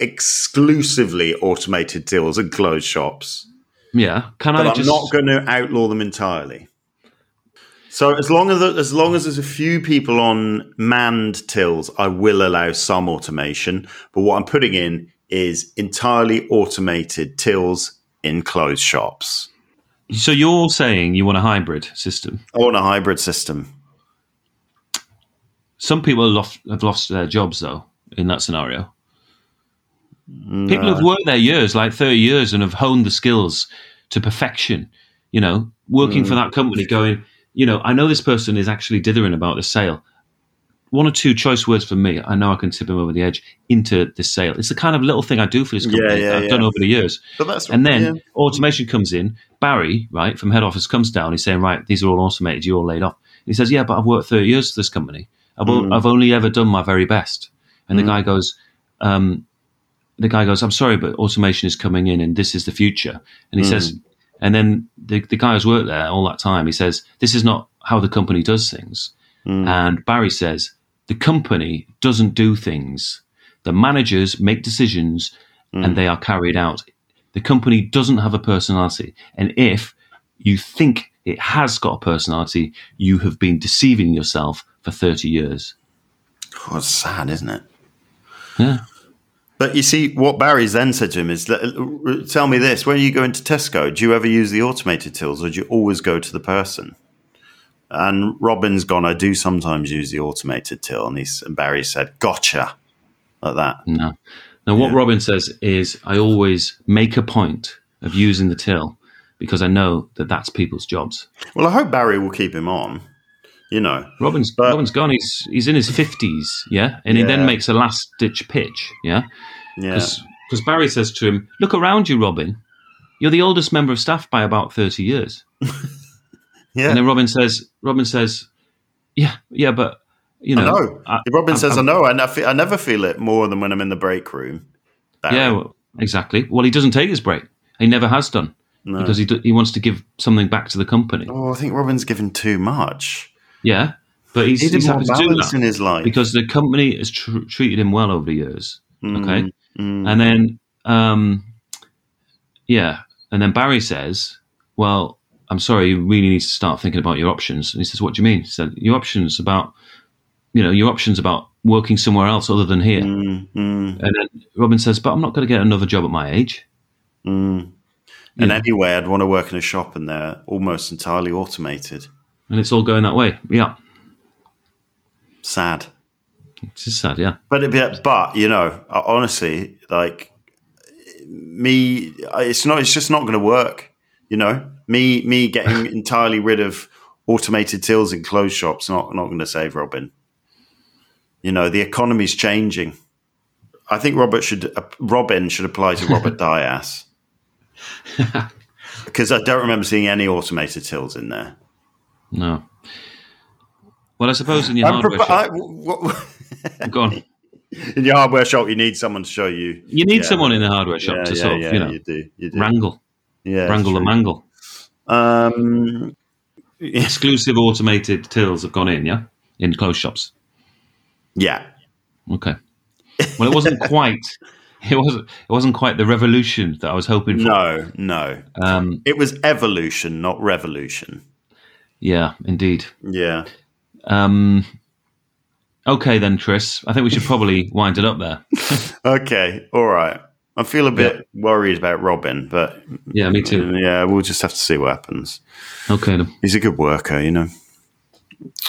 [SPEAKER 2] exclusively automated deals and closed shops
[SPEAKER 1] Yeah. Can
[SPEAKER 2] but
[SPEAKER 1] I
[SPEAKER 2] I'm
[SPEAKER 1] just?
[SPEAKER 2] not going to outlaw them entirely. So as long as as long as there's a few people on manned tills, I will allow some automation. But what I'm putting in is entirely automated tills in closed shops.
[SPEAKER 1] so you're saying you want a hybrid system?
[SPEAKER 2] I want a hybrid system.
[SPEAKER 1] Some people have lost, have lost their jobs though in that scenario. People have worked their years, like thirty years, and have honed the skills to perfection. You know, working
[SPEAKER 2] Mm.
[SPEAKER 1] for that company, going, you know, I know this person is actually dithering about the sale. One or two choice words for me, I know I can tip him over the edge into this sale. It's the kind of little thing I do for this company
[SPEAKER 2] yeah,
[SPEAKER 1] that I've
[SPEAKER 2] yeah.
[SPEAKER 1] done over the years.
[SPEAKER 2] But that's
[SPEAKER 1] And then
[SPEAKER 2] yeah.
[SPEAKER 1] automation comes in. Barry, right, from head office comes down. He's saying, right, these are all automated. You're all laid off. And he says, yeah, but I've worked 30 years for this company. I've, o- I've only ever done my very best. And the guy goes, um, the guy goes, I'm sorry, but automation is coming in and this is the future. And he says, and then the, the guy who's worked there all that time, he says, this is not how the company does things. And Barry says, the company doesn't do things. The managers make decisions and they are carried out. The company doesn't have a personality. And if you think it has got a personality, you have been deceiving yourself for 30 years.
[SPEAKER 2] God, it's sad, isn't it?
[SPEAKER 1] Yeah.
[SPEAKER 2] But you see, what Barry's then said to him is, "L- "Tell me this: when you go into Tesco, do you ever use the automated tills, or do you always go to the person?" And Robin's gone. I do sometimes use the automated till, and, he's, and Barry said, "Gotcha," like that.
[SPEAKER 1] No. Now, what Robin says is, I always make a point of using the till because I know that that's people's jobs.
[SPEAKER 2] Well, I hope Barry will keep him on. You know,
[SPEAKER 1] Robin's
[SPEAKER 2] But-
[SPEAKER 1] Robin's gone. He's he's in his fifties, yeah, and he
[SPEAKER 2] Yeah.
[SPEAKER 1] then makes a last ditch pitch, yeah,
[SPEAKER 2] yeah,
[SPEAKER 1] because Barry says to him, "Look around you, Robin. You're the oldest member of staff by about thirty years."
[SPEAKER 2] yeah.
[SPEAKER 1] And then Robin says, "Robin says, yeah, yeah, but you know,
[SPEAKER 2] no,
[SPEAKER 1] I-
[SPEAKER 2] Robin
[SPEAKER 1] I-
[SPEAKER 2] says,
[SPEAKER 1] I-
[SPEAKER 2] "I know." I, ne- fe- I never feel it more than when I'm in the break room. Barry.
[SPEAKER 1] yeah, well, exactly. Well, he doesn't take his break. He never has done because he do, he wants to give something back to the company.
[SPEAKER 2] Oh, I think Robin's given too much.
[SPEAKER 1] Yeah, but he's,
[SPEAKER 2] He did
[SPEAKER 1] he's
[SPEAKER 2] more
[SPEAKER 1] happy to do that
[SPEAKER 2] balance in his life.
[SPEAKER 1] because the company has tr- treated him well over the years.
[SPEAKER 2] Mm,
[SPEAKER 1] Okay, and then um, yeah, and then Barry says, "Well, I'm sorry, you really need to start thinking about your options." And he says, "What do you mean?" He said, "Your options about you know your options about working somewhere else other than here."
[SPEAKER 2] Mm,
[SPEAKER 1] And then Robin says, "But I'm not going to get another job at my age."
[SPEAKER 2] And anyway, I'd want to work in a shop and they're almost entirely automated.
[SPEAKER 1] And it's all going that way. Yeah,
[SPEAKER 2] Sad.
[SPEAKER 1] it's just sad. Yeah,
[SPEAKER 2] But it, but- but you know, I- honestly, like me, I- it's not. It's just not going to work. You know, me me getting entirely rid of automated tills in closed shops not not going to save Robin. You know, the economy's changing. I think Robert should uh, Robin should apply to Robert Dias because I don't remember seeing any automated tills in there.
[SPEAKER 1] no. Well, I suppose in your
[SPEAKER 2] I'm
[SPEAKER 1] hardware
[SPEAKER 2] prepa-
[SPEAKER 1] shop,
[SPEAKER 2] I- w- w-
[SPEAKER 1] go on.
[SPEAKER 2] in your hardware shop, you need someone to show you.
[SPEAKER 1] You need
[SPEAKER 2] Yeah.
[SPEAKER 1] someone in the hardware shop
[SPEAKER 2] Yeah,
[SPEAKER 1] to
[SPEAKER 2] yeah,
[SPEAKER 1] sort of,
[SPEAKER 2] yeah,
[SPEAKER 1] you know,
[SPEAKER 2] do. You do.
[SPEAKER 1] wrangle,
[SPEAKER 2] yeah,
[SPEAKER 1] wrangle the
[SPEAKER 2] true.
[SPEAKER 1] mangle.
[SPEAKER 2] Um,
[SPEAKER 1] Exclusive automated tills have gone in, yeah, in closed shops.
[SPEAKER 2] yeah.
[SPEAKER 1] Okay. Well, it wasn't quite. It wasn't. It wasn't quite the revolution that I was hoping for.
[SPEAKER 2] No, no.
[SPEAKER 1] Um,
[SPEAKER 2] It was evolution, not revolution.
[SPEAKER 1] yeah, indeed.
[SPEAKER 2] Yeah.
[SPEAKER 1] Um, okay, then, Chris. I think we should probably wind it up there.
[SPEAKER 2] Okay. All right. I feel a bit worried about Robin, but mm,
[SPEAKER 1] Yeah, me too.
[SPEAKER 2] yeah, we'll just have to see what happens.
[SPEAKER 1] Okay. Then.
[SPEAKER 2] He's a good worker, you know.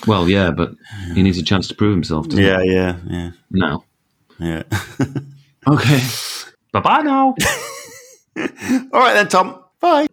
[SPEAKER 1] Well, yeah, but he needs a chance to prove himself. Doesn't
[SPEAKER 2] Yeah, yeah, yeah,
[SPEAKER 1] He? Now.
[SPEAKER 2] yeah.
[SPEAKER 1] Okay. bye bye now.
[SPEAKER 2] All right then, Tom. Bye.